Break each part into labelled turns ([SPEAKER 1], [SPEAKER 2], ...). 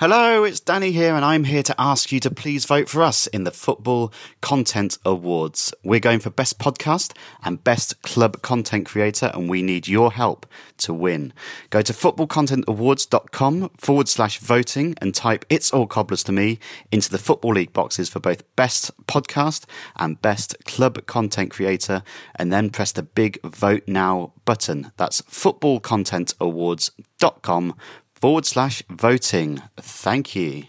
[SPEAKER 1] Hello, it's Danny here, and I'm here to ask you to please vote for us in the Football Content Awards. We're going for Best Podcast and Best Club Content Creator, and we need your help to win. Go to footballcontentawards.com forward slash voting and type It's All Cobblers to Me into the Football League boxes for both Best Podcast and Best Club Content Creator, and then press the big Vote Now button. That's footballcontentawards.com forward slash voting. Thank you.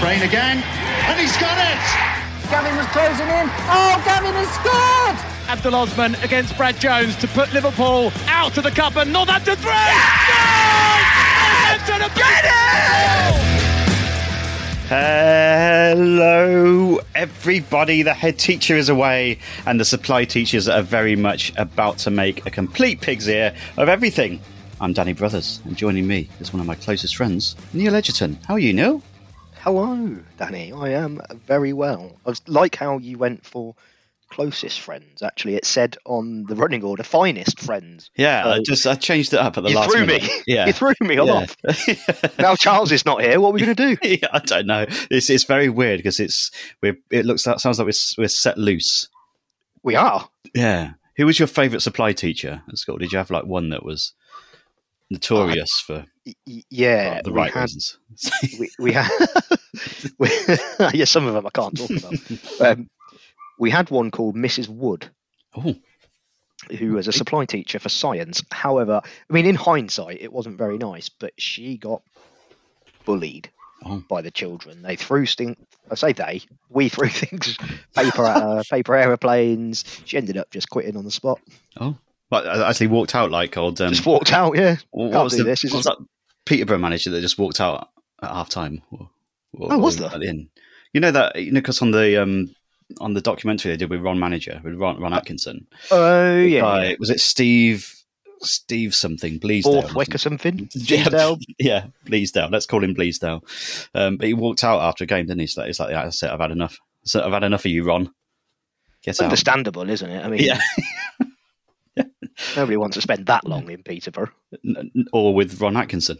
[SPEAKER 2] Brain again, and he's got it!
[SPEAKER 3] Gavin was closing in. Oh, Gavin has scored!
[SPEAKER 4] Abdul Osman against Brad Jones to put Liverpool out of the cup and Northampton three! Yes! Northampton have beaten Liverpool!
[SPEAKER 5] Hello, everybody. The head teacher is away, and the supply teachers are very much about to make a complete pig's ear of everything. I'm Danny Brothers, and joining me is one of my closest friends, Neil Edgerton. How are you, Neil?
[SPEAKER 6] Hello, Danny. I am very well. I was, like how you went for closest friends. Actually, it said on the running order, finest friends.
[SPEAKER 5] Yeah,
[SPEAKER 6] So
[SPEAKER 5] I just Uh, I changed it up at the
[SPEAKER 6] you
[SPEAKER 5] last
[SPEAKER 6] threw
[SPEAKER 5] minute.
[SPEAKER 6] me.
[SPEAKER 5] Yeah.
[SPEAKER 6] you threw me. I'm
[SPEAKER 5] Yeah.
[SPEAKER 6] off. now Charles is not here. What are we going to do?
[SPEAKER 5] Yeah, I don't know. It's it's very weird because it's we it looks that sounds like we're, s- we're set loose.
[SPEAKER 6] We are.
[SPEAKER 5] Yeah. Who was your favourite supply teacher at school? Did you have like one that was notorious for
[SPEAKER 6] Y- y- Yeah,
[SPEAKER 5] the
[SPEAKER 6] we
[SPEAKER 5] right
[SPEAKER 6] had-
[SPEAKER 5] reasons?
[SPEAKER 6] we, we had we, yeah, some of them I can't talk about. Um, we had one called Mrs. Wood,
[SPEAKER 5] Oh,
[SPEAKER 6] who was a supply teacher for science. However, I mean, in hindsight, it wasn't very nice, but she got bullied
[SPEAKER 5] Oh.
[SPEAKER 6] by the children. They threw things. I say they. We threw things, paper at her, paper aeroplanes. She ended up just quitting on the spot.
[SPEAKER 5] oh. But I actually walked out like old. Um,
[SPEAKER 6] Just walked out. Yeah,
[SPEAKER 5] what
[SPEAKER 6] can't
[SPEAKER 5] was
[SPEAKER 6] do
[SPEAKER 5] the,
[SPEAKER 6] this. This
[SPEAKER 5] what was
[SPEAKER 6] is-
[SPEAKER 5] that Peterborough manager that just walked out at half time? Or, or-
[SPEAKER 6] Oh, was
[SPEAKER 5] or
[SPEAKER 6] there?
[SPEAKER 5] at the end? You know that you know because on the um, on the documentary they did with Ron Manager with Ron, Ron Atkinson.
[SPEAKER 6] oh Uh, yeah,
[SPEAKER 5] By- was it Steve Steve something Bleasdale?
[SPEAKER 6] Borthwick or something.
[SPEAKER 5] Yeah,
[SPEAKER 6] Teasdale.
[SPEAKER 5] yeah, Bleasdale. Let's call him Bleasdale. Um, but he walked out after a game, didn't he? So it's like, that's it. I've had enough. So I've had enough of you, Ron. Get out.
[SPEAKER 6] Understandable, isn't it? I mean,
[SPEAKER 5] Yeah,
[SPEAKER 6] nobody wants to spend that long in Peterborough.
[SPEAKER 5] N- n- or with Ron Atkinson.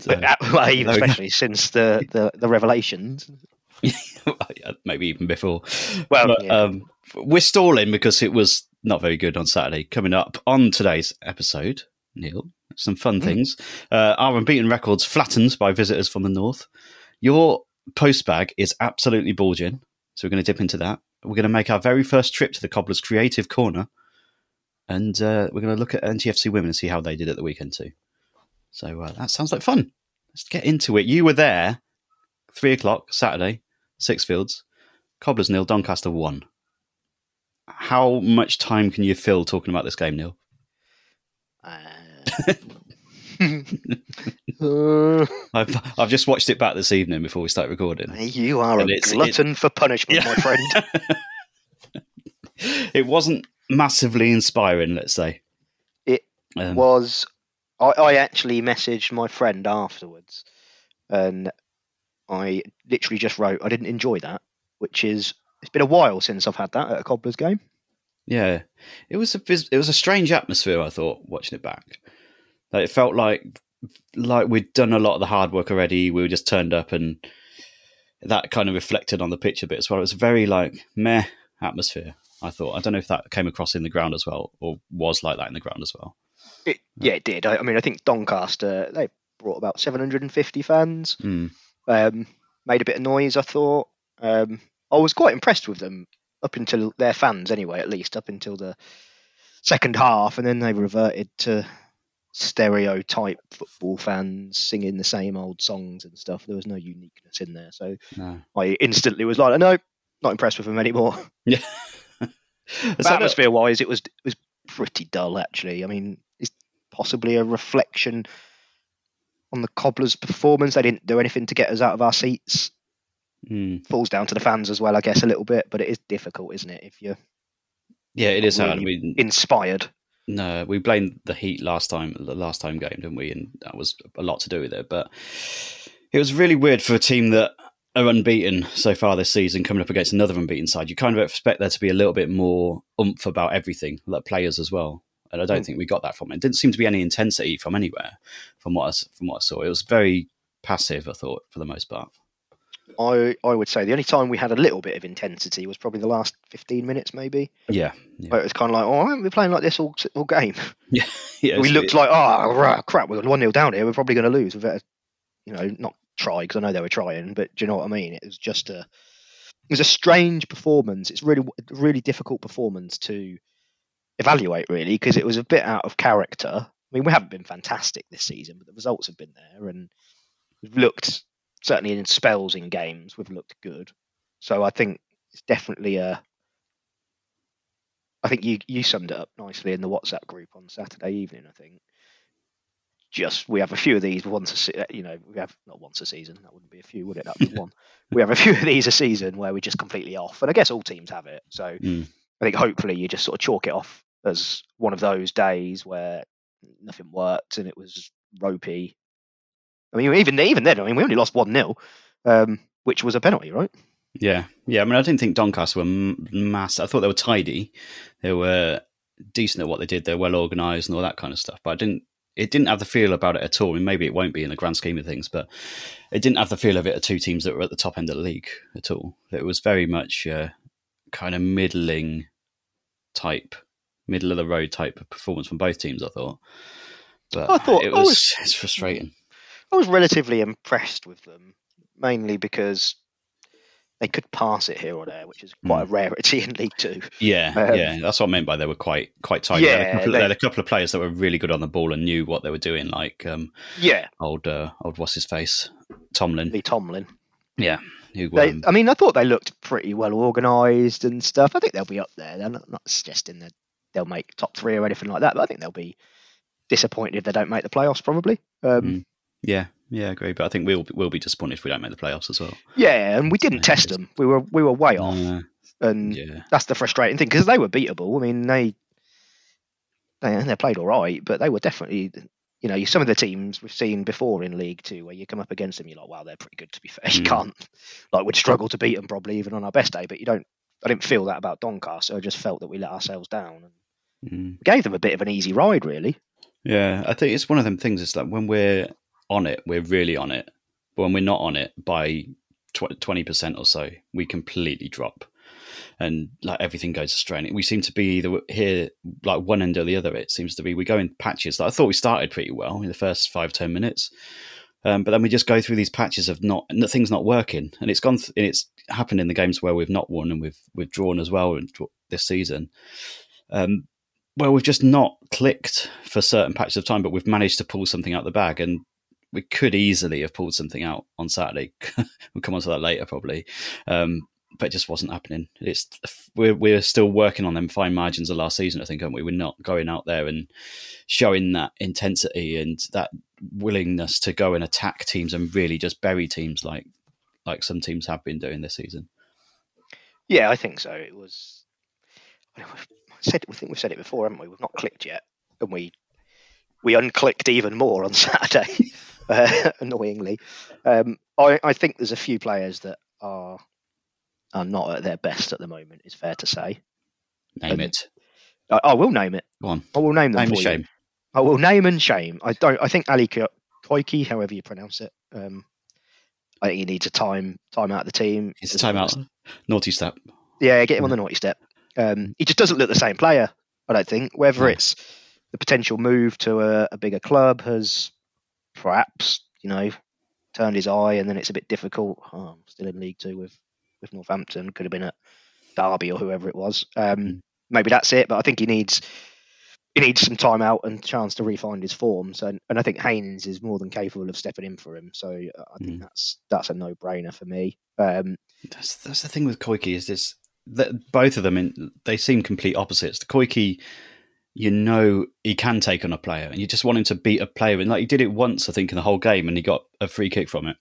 [SPEAKER 5] So-
[SPEAKER 6] But, uh, well, even
[SPEAKER 5] there we go.
[SPEAKER 6] especially since the, the, the revelations.
[SPEAKER 5] maybe even before.
[SPEAKER 6] Well,
[SPEAKER 5] But,
[SPEAKER 6] yeah.
[SPEAKER 5] um, we're stalling because it was not very good on Saturday. Coming up on today's episode, Neil, some fun
[SPEAKER 6] Mm-hmm.
[SPEAKER 5] things. Uh, our unbeaten records flattened by visitors from the north. Your post bag is absolutely bulging, so we're going to dip into that. We're going to make our very first trip to the Cobblers Creative Corner, and uh, we're going to look at NTFC Women and see how they did at the weekend too. So uh, that sounds like fun. Let's get into it. You were there, three o'clock Saturday, six fields. Cobblers nil, Doncaster one. How much time can you fill talking about this game, Neil?
[SPEAKER 6] Uh, uh,
[SPEAKER 5] I've I've just watched it back this evening before we start recording.
[SPEAKER 6] you are
[SPEAKER 5] And
[SPEAKER 6] a
[SPEAKER 5] it's-
[SPEAKER 6] glutton for punishment,
[SPEAKER 5] Yeah.
[SPEAKER 6] my friend.
[SPEAKER 5] It wasn't massively inspiring, let's say.
[SPEAKER 6] It
[SPEAKER 5] Um,
[SPEAKER 6] was I, I actually messaged my friend afterwards and I literally just wrote I didn't enjoy that, which is it's been a while since I've had that at a Cobblers game.
[SPEAKER 5] Yeah, it was a phys- it was a strange atmosphere. I thought watching it back, like, it felt like like we'd done a lot of the hard work already. We were just turned up, and that kind of reflected on the pitch a bit as well. It was a very like meh atmosphere. I thought. I don't know if that came across in the ground as well, or was like that in the ground as well.
[SPEAKER 6] It, yeah, it did. I, I mean, I think Doncaster they brought about 750 fans,
[SPEAKER 5] Mm.
[SPEAKER 6] um, made a bit of noise. I thought um, I was quite impressed with them up until their fans, anyway, at least up until the second half, and then they reverted to stereotype football fans singing the same old songs and stuff. There was no uniqueness in there, so
[SPEAKER 5] No.
[SPEAKER 6] I instantly was like, "No, not impressed with them anymore."
[SPEAKER 5] Yeah.
[SPEAKER 6] But atmosphere wise, it was it was pretty dull actually. I mean, it's possibly a reflection on the Cobblers' performance. They didn't do anything to get us out of our seats.
[SPEAKER 5] Mm.
[SPEAKER 6] Falls down to the fans as well, I guess, a little bit. But it is difficult, isn't it? If you're
[SPEAKER 5] Yeah, it is hard. I
[SPEAKER 6] really
[SPEAKER 5] mean,
[SPEAKER 6] inspired,
[SPEAKER 5] No, we blamed the heat last time, the last time game, didn't we? And that was a lot to do with it. But it was really weird for a team that are unbeaten so far this season, coming up against another unbeaten side. You kind of expect there to be a little bit more oomph about everything, like players as well. And I don't
[SPEAKER 6] Hmm.
[SPEAKER 5] think we got that from it. Didn't seem to be any intensity from anywhere, from what I, s- from what I saw. It was very passive, I thought, for the most part.
[SPEAKER 6] I I would say the only time we had a little bit of intensity was probably the last fifteen minutes, maybe.
[SPEAKER 5] Yeah, yeah,
[SPEAKER 6] Where it was kind of like, oh, we're playing like this all all game.
[SPEAKER 5] yeah. yeah
[SPEAKER 6] we
[SPEAKER 5] it's-
[SPEAKER 6] looked like, oh rah, crap, we're one 0 down here. We're probably going to lose. We better, you know, not try because I know they were trying, but do you know what I mean? It was just a, it was a strange performance. It's really, really difficult performance to evaluate, really, because it was a bit out of character. I mean, we haven't been fantastic this season, but the results have been there, and we've looked certainly in spells in games, we've looked good. So I think it's definitely a. I think you you summed it up nicely in the WhatsApp group on Saturday evening. I think just we have a few of these once a se- uh, you know we have not once a season that wouldn't be a few would it that would be one we have a few of these a season where we're just completely off and I guess all teams have it so
[SPEAKER 5] Mm.
[SPEAKER 6] I think hopefully you just sort of chalk it off as one of those days where nothing worked and it was ropey I mean even even then I mean we only lost one 0 um, which was a penalty right
[SPEAKER 5] Yeah, yeah. I mean, I didn't think Doncaster were m- mass. I thought they were tidy. They were decent at what they did. They're well organised and all that kind of stuff. But I didn't. It didn't have the feel about it at all. I mean, maybe it won't be in the grand scheme of things, but it didn't have the feel of it. At two teams that were at the top end of the league at all. It was very much uh, kind of middling type, middle of the road type of performance from both teams. I thought. But
[SPEAKER 6] I thought-
[SPEAKER 5] it
[SPEAKER 6] I
[SPEAKER 5] was,
[SPEAKER 6] was-
[SPEAKER 5] it's frustrating.
[SPEAKER 6] I was relatively impressed with them, mainly because they could pass it here or there, which is quite a rarity in League Two.
[SPEAKER 5] Yeah,
[SPEAKER 6] Um,
[SPEAKER 5] yeah, that's what I meant by they were quite quite tight. Yeah, they, had a
[SPEAKER 6] Yeah,
[SPEAKER 5] couple,
[SPEAKER 6] they-
[SPEAKER 5] they had a couple of players that were really good on the ball and knew what they were doing, like um,
[SPEAKER 6] Yeah,
[SPEAKER 5] old uh, old what's his face Tomlin.
[SPEAKER 6] Lee Tomlin.
[SPEAKER 5] Yeah, who
[SPEAKER 6] They, uh,
[SPEAKER 5] um,
[SPEAKER 6] I mean, I thought they looked pretty well organised and stuff. I think they'll be up there. They're not, not suggesting that they'll make top three or anything like that, but I think they'll be disappointed if they don't make the playoffs. Probably. Um,
[SPEAKER 5] Mm. yeah, yeah, I agree. But I think we'll we'll be disappointed if we don't make the playoffs as well.
[SPEAKER 6] Yeah, and we didn't
[SPEAKER 5] Yeah,
[SPEAKER 6] test
[SPEAKER 5] it's-
[SPEAKER 6] them. We were we were way off.
[SPEAKER 5] Uh,
[SPEAKER 6] and
[SPEAKER 5] yeah,
[SPEAKER 6] that's the frustrating thing because they were beatable. I mean, they they they played all right, but they were definitely you know some of the teams we've seen before in League Two where you come up against them, you're like, wow, they're pretty good. To be fair, you
[SPEAKER 5] Mm.
[SPEAKER 6] can't like we'd struggle to beat them probably even on our best day, but you don't. I didn't feel that about Doncaster. I just felt that we let ourselves down and
[SPEAKER 5] Mm.
[SPEAKER 6] gave them a bit of an easy ride, really.
[SPEAKER 5] yeah. I think it's one of them things. It's like when we're on it, we're really on it. But when we're not on it by twenty percent or so, we completely drop. and like everything goes astray. And we seem to be either here, like one end or the other. It seems to be we go in patches. Like I thought we started pretty well in the first five ten minutes, um, but then we just go through these patches of not and the thing's not working. And it's gone. Th- and it's happened in the games where we've not won and we've we've drawn as well in- this season. Um, where we've just not clicked for certain patches of time, but we've managed to pull something out the bag and. We could easily have pulled something out on Saturday. we'll come on to that later, probably. Um, but it just wasn't happening. It's we're we're still working on them fine margins of last season, I think, aren't we? We're not going out there and showing that intensity and that willingness to go and attack teams and really just bury teams like like some teams have been doing this season.
[SPEAKER 6] Yeah, I think so. It was. said we think we've said it before, haven't we? We've not clicked yet, and we we unclicked even more on Saturday, uh, annoyingly. Um, I, I think there's a few players that are are not at their best at the moment. It's fair to say.
[SPEAKER 5] Name it.
[SPEAKER 6] I, I will name it.
[SPEAKER 5] Go on.
[SPEAKER 6] I will name them
[SPEAKER 5] Name
[SPEAKER 6] for
[SPEAKER 5] and
[SPEAKER 6] you.
[SPEAKER 5] shame.
[SPEAKER 6] I will name and shame. I don't. I think Ali Ko- Koike, however you pronounce it, um, I think he needs a time time out of the team.
[SPEAKER 5] It's a timeout. Naughty step.
[SPEAKER 6] Yeah, get him on the naughty step. Um, he just doesn't look the same player. I don't think. Whether it's the potential move to a, a bigger club has perhaps you know turned his eye, and then it's a bit difficult. Oh, I'm still in League Two with with Northampton. Could have been at Derby or whoever it was. Um, maybe that's it. But I think he needs he needs some time out and chance to refind his form. So, and I think Haynes is more than capable of stepping in for him. So uh, I think
[SPEAKER 5] Mm.
[SPEAKER 6] that's that's a no brainer for me. Um,
[SPEAKER 5] That's that's the thing with Koike is this that both of them in, they seem complete opposites. The Koike, you know, he can take on a player, and you just want him to beat a player, and like he did it once, I think, in the whole game, and he got a free kick from it.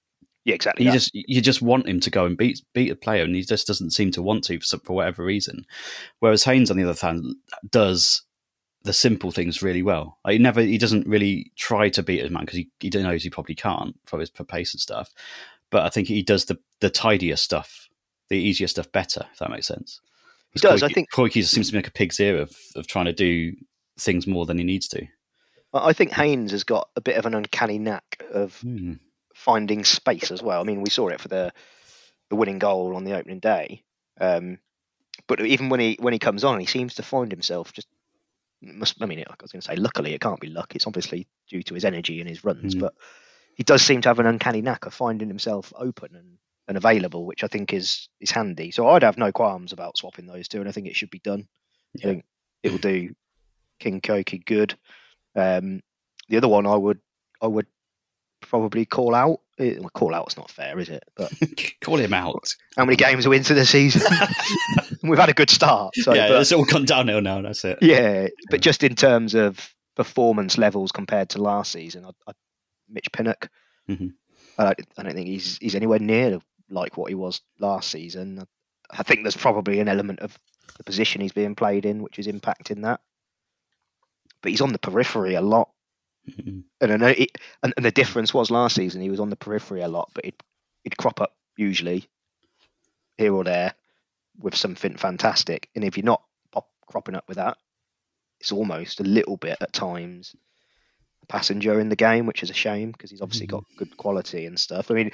[SPEAKER 6] yeah, exactly.
[SPEAKER 5] You
[SPEAKER 6] that.
[SPEAKER 5] just you just want him to go and beat beat a player, and he just doesn't seem to want to for, some- for whatever reason. Whereas Haynes, on the other hand, does the simple things really well. Like he never he doesn't really try to beat a man because he, he knows he probably can't from his pace and stuff. But I think he does the the tidier stuff, the easier stuff better. If that makes sense.
[SPEAKER 6] He does, I think-
[SPEAKER 5] Koike seems to be like a pig's ear of of trying to do things more than he needs to.
[SPEAKER 6] I I think Haynes has got a bit of an uncanny knack of
[SPEAKER 5] Hmm.
[SPEAKER 6] finding space as well. I mean, we saw it for the the winning goal on the opening day. Um, but even when he when he comes on, he seems to find himself just. Must I mean, I was going to say, luckily, it can't be luck. It's obviously due to his energy and his runs,
[SPEAKER 5] Mm.
[SPEAKER 6] but he does seem to have an uncanny knack of finding himself open and, and available, which I think is is handy. So I'd have no qualms about swapping those two, and I think it should be done. I think it will do King Koki good. Um, the other one I would I would probably call out. eh, well, call out's not fair, is it? But
[SPEAKER 5] Call him out.
[SPEAKER 6] how many games are we into the season? We've had a good start. So,
[SPEAKER 5] yeah,
[SPEAKER 6] but,
[SPEAKER 5] it's all gone downhill now. That's it.
[SPEAKER 6] yeah, but just in terms of performance levels compared to last season, I, I, Mitch Pinnock, Mm-hmm.
[SPEAKER 5] Mhm.
[SPEAKER 6] I, don't, I don't think he's he's anywhere near like what he was last season. I, I think there's probably an element of the position he's being played in which is impacting that. But he's on the periphery a lot,
[SPEAKER 5] Mhm.
[SPEAKER 6] and I know it, and, and the difference was last season he was on the periphery a lot, but it it'd crop up usually here or there with something fantastic. And if you're not pop, cropping up with that, it's almost a little bit at times a passenger in the game, which is a shame because he's obviously got good quality and stuff. I mean,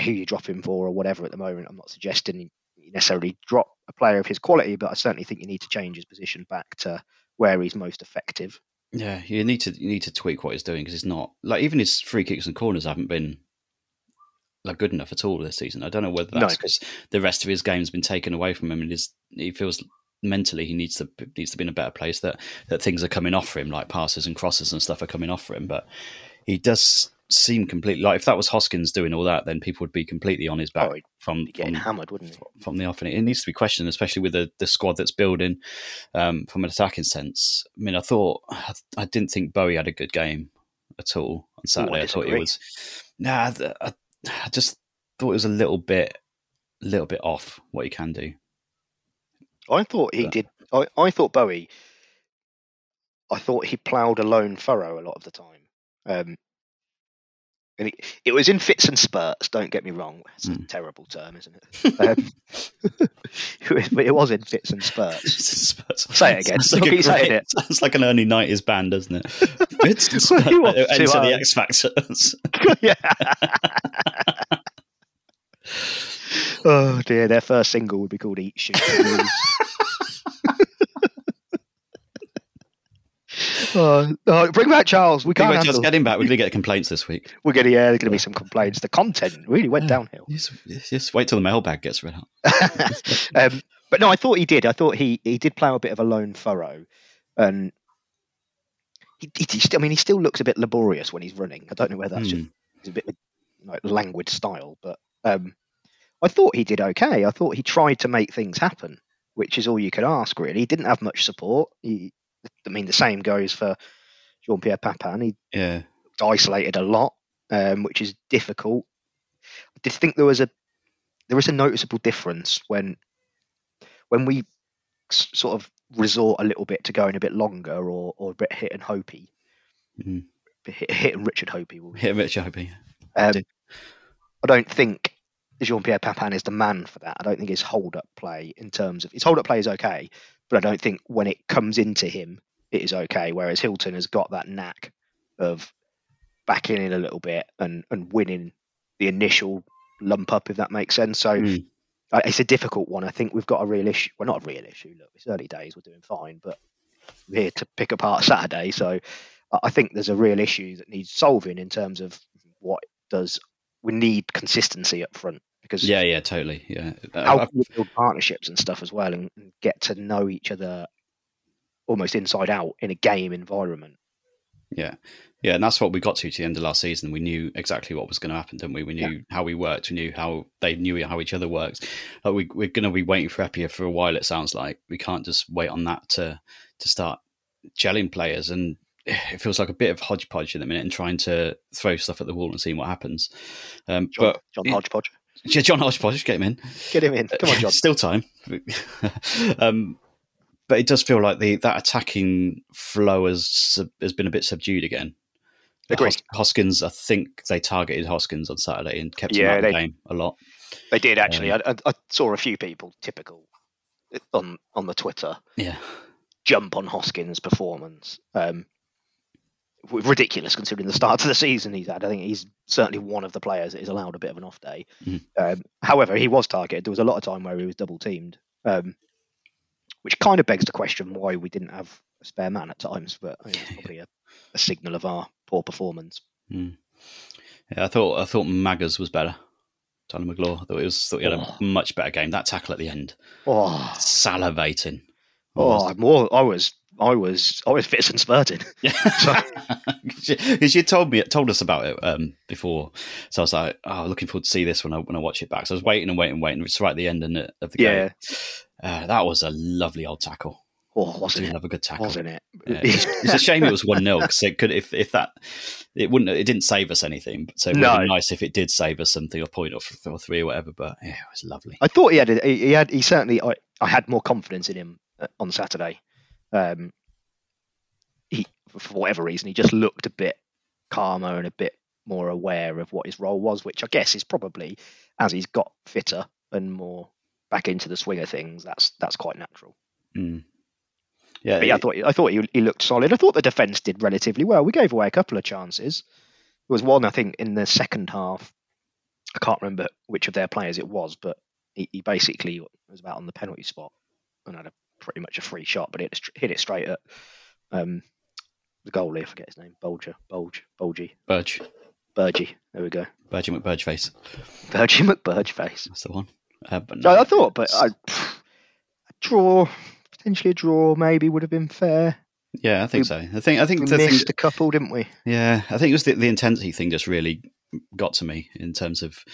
[SPEAKER 6] who you drop him for or whatever at the moment, I'm not suggesting you necessarily drop a player of his quality, but I certainly think you need to change his position back to where he's most effective.
[SPEAKER 5] Yeah, you need to you need to tweak what he's doing because it's not like even his free kicks and corners haven't been like good enough at all this season. I don't know whether
[SPEAKER 6] No.
[SPEAKER 5] that's because the rest of his game's been taken away from him and his, he feels mentally he needs to needs to be in a better place that that things are coming off for him like passes and crosses and stuff are coming off for him. But he does seem completely like if that was Hoskins doing all that, then people would be completely on his back
[SPEAKER 6] Oh, he'd
[SPEAKER 5] from,
[SPEAKER 6] He'd be getting
[SPEAKER 5] from
[SPEAKER 6] hammered, wouldn't he?
[SPEAKER 5] from the off, and it needs to be questioned, especially with the, the squad that's building um, from an attacking sense. I mean, I thought I, I didn't think Bowie had a good game at all on Saturday. I, thought it
[SPEAKER 6] disagree.
[SPEAKER 5] was nah. th- I, I just thought it was a little bit, a little bit off what he can do.
[SPEAKER 6] I thought he
[SPEAKER 5] But-
[SPEAKER 6] did. I, I thought Bowie. I thought he ploughed a lone furrow a lot of the time, um, and it, it was in fits and spurts. Don't get me wrong; it's a
[SPEAKER 5] Mm.
[SPEAKER 6] terrible term, isn't it? Um, it was- but it was in fits and spurts.
[SPEAKER 5] Say
[SPEAKER 6] it again.
[SPEAKER 5] Sounds like, a
[SPEAKER 6] Keep saying
[SPEAKER 5] great-
[SPEAKER 6] it.
[SPEAKER 5] sounds like an early nineties band, doesn't it? Bits and
[SPEAKER 6] Well, you
[SPEAKER 5] spuds,
[SPEAKER 6] are
[SPEAKER 5] enter
[SPEAKER 6] too
[SPEAKER 5] the
[SPEAKER 6] hard.
[SPEAKER 5] X Factors.
[SPEAKER 6] yeah. oh dear! Their first single would be called "Eat Shoot." and Lose. Oh, no, bring back Charles. We can't
[SPEAKER 5] Anyway,
[SPEAKER 6] handle-
[SPEAKER 5] just getting back. We're going to get complaints this week.
[SPEAKER 6] We're gonna yeah, there's gonna be some complaints. The content really went downhill.
[SPEAKER 5] Just, just wait till the mailbag gets read out.
[SPEAKER 6] um, but no, I thought he did. I thought he he did plough a bit of a lone furrow, and he, he, he still, I mean, he still looks a bit laborious when he's running. I don't know whether that's just it's a bit of, like languid style, but um, I thought he did okay. I thought he tried to make things happen, which is all you could ask really. He didn't have much support. He, I mean, the same goes for Jean Pierre Papin. He
[SPEAKER 5] Yeah.
[SPEAKER 6] isolated a lot, um, which is difficult. I did think there was a there is a noticeable difference when when we s- sort of resort a little bit to going a bit longer or or a bit hit and hopey.
[SPEAKER 5] Mhm.
[SPEAKER 6] Hit, hit and Richard Hopey will
[SPEAKER 5] Hit Rich Hopey.
[SPEAKER 6] um,
[SPEAKER 5] Did-
[SPEAKER 6] I don't think Jean Pierre Papin is the man for that. I don't think his hold up play, in terms of his hold up play, is okay, but I don't think when it comes into him, it is okay. Whereas Hilton has got that knack of backing in a little bit and, and winning the initial lump up, if that makes sense. So
[SPEAKER 5] Mm.
[SPEAKER 6] I it's a difficult one. I think we've got a real issue. Well, not a real issue. Look, it's early days. We're doing fine, but we're here to pick apart Saturday. So I- I think there's a real issue that needs solving in terms of what does we need consistency up front because
[SPEAKER 5] Yeah, yeah, totally. Yeah. Uh,
[SPEAKER 6] how
[SPEAKER 5] I-
[SPEAKER 6] can we build partnerships and stuff as well and and get to know each other almost inside out in a game environment.
[SPEAKER 5] Yeah. Yeah. And that's what we got to to the end of last season. We knew exactly what was going to happen, didn't we? We knew how we worked. We knew how they knew how each other works. Uh, we, we're going to be waiting for Epia for a while, it sounds like. We can't just wait on that to, to start gelling players. And it feels like a bit of hodgepodge in a minute and trying to throw stuff at the wall and seeing what happens. Um,
[SPEAKER 6] John,
[SPEAKER 5] but
[SPEAKER 6] John Hodgepodge,
[SPEAKER 5] yeah, John Hodgepodge, get him in.
[SPEAKER 6] get him in. Come on, John.
[SPEAKER 5] Still time. um, but it does feel like the that attacking flow has sub- has been a bit subdued again. Like
[SPEAKER 6] Agreed.
[SPEAKER 5] Hos- Hoskins, I think they targeted Hoskins on Saturday and kept him
[SPEAKER 6] Yeah,
[SPEAKER 5] out of the
[SPEAKER 6] they-
[SPEAKER 5] game a lot.
[SPEAKER 6] They did actually. I, I, I saw a few people typical on on the Twitter
[SPEAKER 5] Yeah,
[SPEAKER 6] jump on Hoskins' performance. Um, w- ridiculous considering the start to the season he's had. I think he's certainly one of the players that is allowed a bit of an off day.
[SPEAKER 5] Mhm.
[SPEAKER 6] Um, however, he was targeted. There was a lot of time where he was double teamed, um, which kind of begs the question why we didn't have a spare man at times. But I mean, it's probably a, a signal of our poor performance.
[SPEAKER 5] yeah. I thought I thought Maggers was better. Tyler McGlaw. I thought he was thought he had a much better game. That tackle at the end,
[SPEAKER 6] Oh,
[SPEAKER 5] salivating.
[SPEAKER 6] oh, I'm all, I was, I was, I was fits and spurting.
[SPEAKER 5] because you told me told us about it um, before, so I was like, "Oh, looking forward to see this when I when I watch it back." So I was waiting and waiting and waiting. It's right at the end and- of the
[SPEAKER 6] Yeah.
[SPEAKER 5] game. Uh, that was a lovely old tackle.
[SPEAKER 6] Oh,
[SPEAKER 5] I
[SPEAKER 6] wasn't
[SPEAKER 5] did
[SPEAKER 6] it?
[SPEAKER 5] have a good tackle.
[SPEAKER 6] Wasn't it?
[SPEAKER 5] Yeah, it's, it's a shame it was one 0 because it could if if that it wouldn't it didn't save us anything. So it would have been
[SPEAKER 6] No.
[SPEAKER 5] nice if it did save us something or point or, th- or three or whatever. But yeah, it was lovely.
[SPEAKER 6] I thought he had. a- He, he had. He certainly. I, I had more confidence in him uh, on Saturday. Um, he, for whatever reason, he just looked a bit calmer and a bit more aware of what his role was, which I guess is probably as he's got fitter and more back into the swing of things. That's that's quite natural.
[SPEAKER 5] Mm. Yeah,
[SPEAKER 6] But yeah, I
[SPEAKER 5] it-
[SPEAKER 6] thought I thought he, he looked solid. I thought the defense did relatively well. We gave away a couple of chances. There was one I think in the second half. I can't remember which of their players it was, but he, he basically was about on the penalty spot and had a pretty much a free shot, but it hit it straight at um, the goalie. I forget his name. Bulger, Bulge, Bulgy,
[SPEAKER 5] Burge,
[SPEAKER 6] Burgy. There we go.
[SPEAKER 5] Burge McBurgeface.
[SPEAKER 6] Burgy McBurgeface.
[SPEAKER 5] That's the one. Uh, but
[SPEAKER 6] No, I thought, but I, a draw, potentially a draw, maybe would have been fair.
[SPEAKER 5] yeah, I think
[SPEAKER 6] we-
[SPEAKER 5] so. I think I
[SPEAKER 6] We
[SPEAKER 5] think the thing
[SPEAKER 6] missed a couple, didn't we?
[SPEAKER 5] Yeah, I think it was the, the intensity thing just really got to me in terms of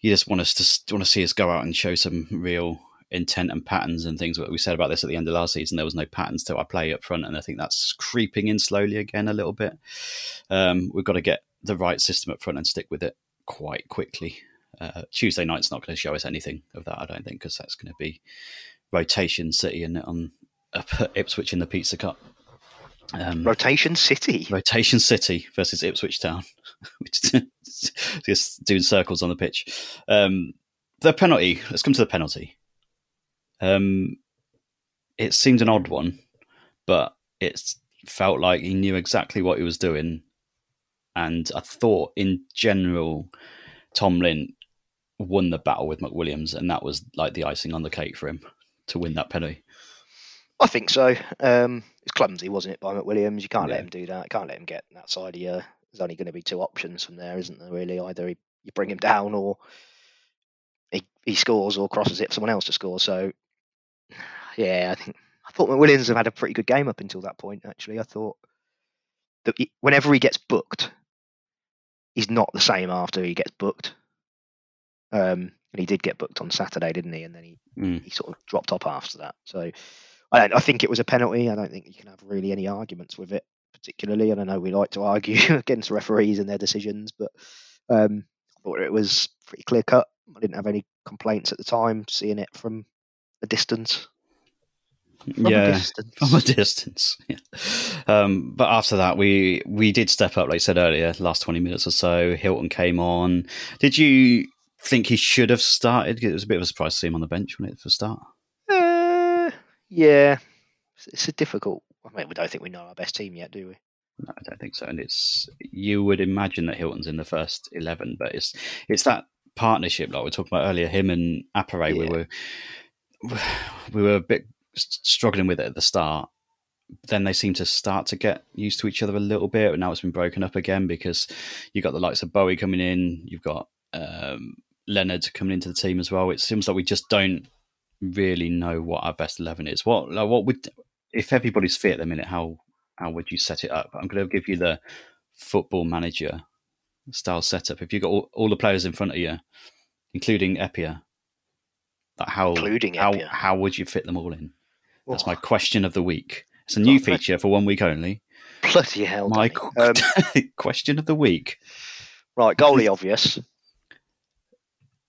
[SPEAKER 5] you just want us to want to see us go out and show some real intent and patterns and things. What we said about this at the end of last season, there was no patterns to our play up front, and I think that's creeping in slowly again a little bit. Um, we've got to get the right system up front and stick with it quite quickly. Uh, Tuesday night's not going to show us anything of that, I don't think, because that's going to be rotation City and on up at Ipswich in the Pizza Cup. Um,
[SPEAKER 6] Rotation City.
[SPEAKER 5] Rotation City versus Ipswich Town, which is just doing circles on the pitch. Um, the penalty. Let's come to the penalty. Um, it seemed an odd one, but it felt like he knew exactly what he was doing, and I thought in general, Tomlin won the battle with McWilliams, and that was like the icing on the cake for him to win that penalty.
[SPEAKER 6] I think so. Um, it's clumsy, wasn't it, by McWilliams? You can't
[SPEAKER 5] Yeah.
[SPEAKER 6] let him do that. You can't let him get that side of you. There's only going to be two options from there, isn't there? Really, either he, you bring him down, or he, he scores, or crosses it for someone else to score. So, yeah, I think I thought McWilliams have had a pretty good game up until that point. Actually, I thought that he, whenever he gets booked, he's not the same after he gets booked. Um, and he did get booked on Saturday, didn't he? And then he
[SPEAKER 5] Mm.
[SPEAKER 6] he sort of dropped off after that. So I, don't, I think it was a penalty. I don't think you can have really any arguments with it, particularly. And I know we like to argue against referees and their decisions, but um, I thought it was pretty clear cut. I didn't have any complaints at the time, seeing it from a distance. From a
[SPEAKER 5] yeah,
[SPEAKER 6] distance.
[SPEAKER 5] from a distance. Yeah. Um, but after that, we we did step up, like I said earlier, last twenty minutes or so. Hilton came on. Did you think he should have started? 'Cause It was a bit of a surprise to see him on the bench when it for a start.
[SPEAKER 6] Uh, yeah, it's, it's a difficult. I mean, we don't think we know our best team yet, do we?
[SPEAKER 5] No, I don't think so. And it's you would imagine that Hilton's in the first eleven, but it's it's that partnership like we were talking about earlier. Him and Apparay, we
[SPEAKER 6] Yeah.
[SPEAKER 5] were we were a bit s- struggling with it at the start. Then they seem to start to get used to each other a little bit, and now it's been broken up again because you've got the likes of Bowie coming in, you've got um, Leonard coming into the team as well. It seems like we just don't really know what our best eleven is. What like what would if everybody's fit at the minute? How how would you set it up? I'm going to give you the football manager style setup. If you've got all, all the players in front of you, including Epia, like how
[SPEAKER 6] Including
[SPEAKER 5] how
[SPEAKER 6] Epia.
[SPEAKER 5] how would you fit them all in? That's
[SPEAKER 6] Oh,
[SPEAKER 5] my question of the week. It's a new
[SPEAKER 6] God,
[SPEAKER 5] feature for one week only.
[SPEAKER 6] bloody hell.
[SPEAKER 5] my
[SPEAKER 6] Danny.
[SPEAKER 5] qu-
[SPEAKER 6] Um,
[SPEAKER 5] question of the week.
[SPEAKER 6] right, goalie obvious.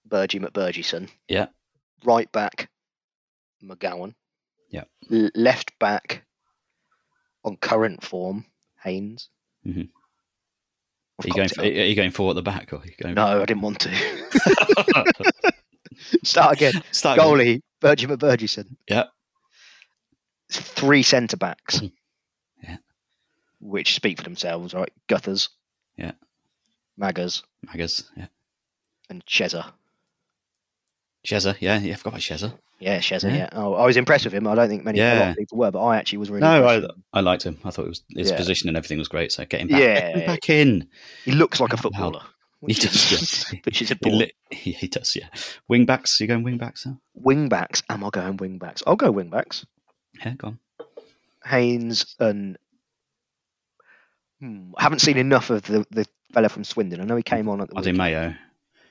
[SPEAKER 6] Burgie McBurgieson.
[SPEAKER 5] Yeah.
[SPEAKER 6] Right back, McGowan.
[SPEAKER 5] Yeah.
[SPEAKER 6] L- left back, on current form, Haynes.
[SPEAKER 5] Mhm.
[SPEAKER 6] I've
[SPEAKER 5] Are you, going
[SPEAKER 6] cocked
[SPEAKER 5] for,
[SPEAKER 6] it
[SPEAKER 5] are
[SPEAKER 6] up.
[SPEAKER 5] you going for at the back or are you going?
[SPEAKER 6] No, I didn't want to. Start again.
[SPEAKER 5] Start again.
[SPEAKER 6] Goalie, Virgil McBurgieson.
[SPEAKER 5] Yeah.
[SPEAKER 6] Three centre backs.
[SPEAKER 5] Hmm. Yeah.
[SPEAKER 6] Which speak for themselves, right? Guthers.
[SPEAKER 5] Yeah.
[SPEAKER 6] Maggers
[SPEAKER 5] Maggers. Yeah.
[SPEAKER 6] and Cheza.
[SPEAKER 5] Shezza. Yeah, yeah, I forgot about Shezza.
[SPEAKER 6] Yeah, Cheza,
[SPEAKER 5] Yeah.
[SPEAKER 6] yeah. Oh, I was impressed with him. I don't think many a lot
[SPEAKER 5] Yeah.
[SPEAKER 6] of people were, but I actually was really
[SPEAKER 5] No,
[SPEAKER 6] impressed
[SPEAKER 5] I,
[SPEAKER 6] with him.
[SPEAKER 5] I liked him. I thought it was his
[SPEAKER 6] Yeah.
[SPEAKER 5] position and everything was great. So get him back,
[SPEAKER 6] Yeah.
[SPEAKER 5] get him back in.
[SPEAKER 6] He looks like a
[SPEAKER 5] Help, help.
[SPEAKER 6] footballer.
[SPEAKER 5] He
[SPEAKER 6] Which
[SPEAKER 5] does.
[SPEAKER 6] is,
[SPEAKER 5] Yeah.
[SPEAKER 6] which is a
[SPEAKER 5] He,
[SPEAKER 6] ball.
[SPEAKER 5] li- he, he does. Yeah. Wing backs. You going wing backs now?
[SPEAKER 6] Wing backs. Am I going wing backs? I'll go wing backs.
[SPEAKER 5] Yeah, go on.
[SPEAKER 6] Haynes and hmm, I haven't seen enough of the, the fella from Swindon. I know he came on at the
[SPEAKER 5] Adi
[SPEAKER 6] weekend.
[SPEAKER 5] Mayo.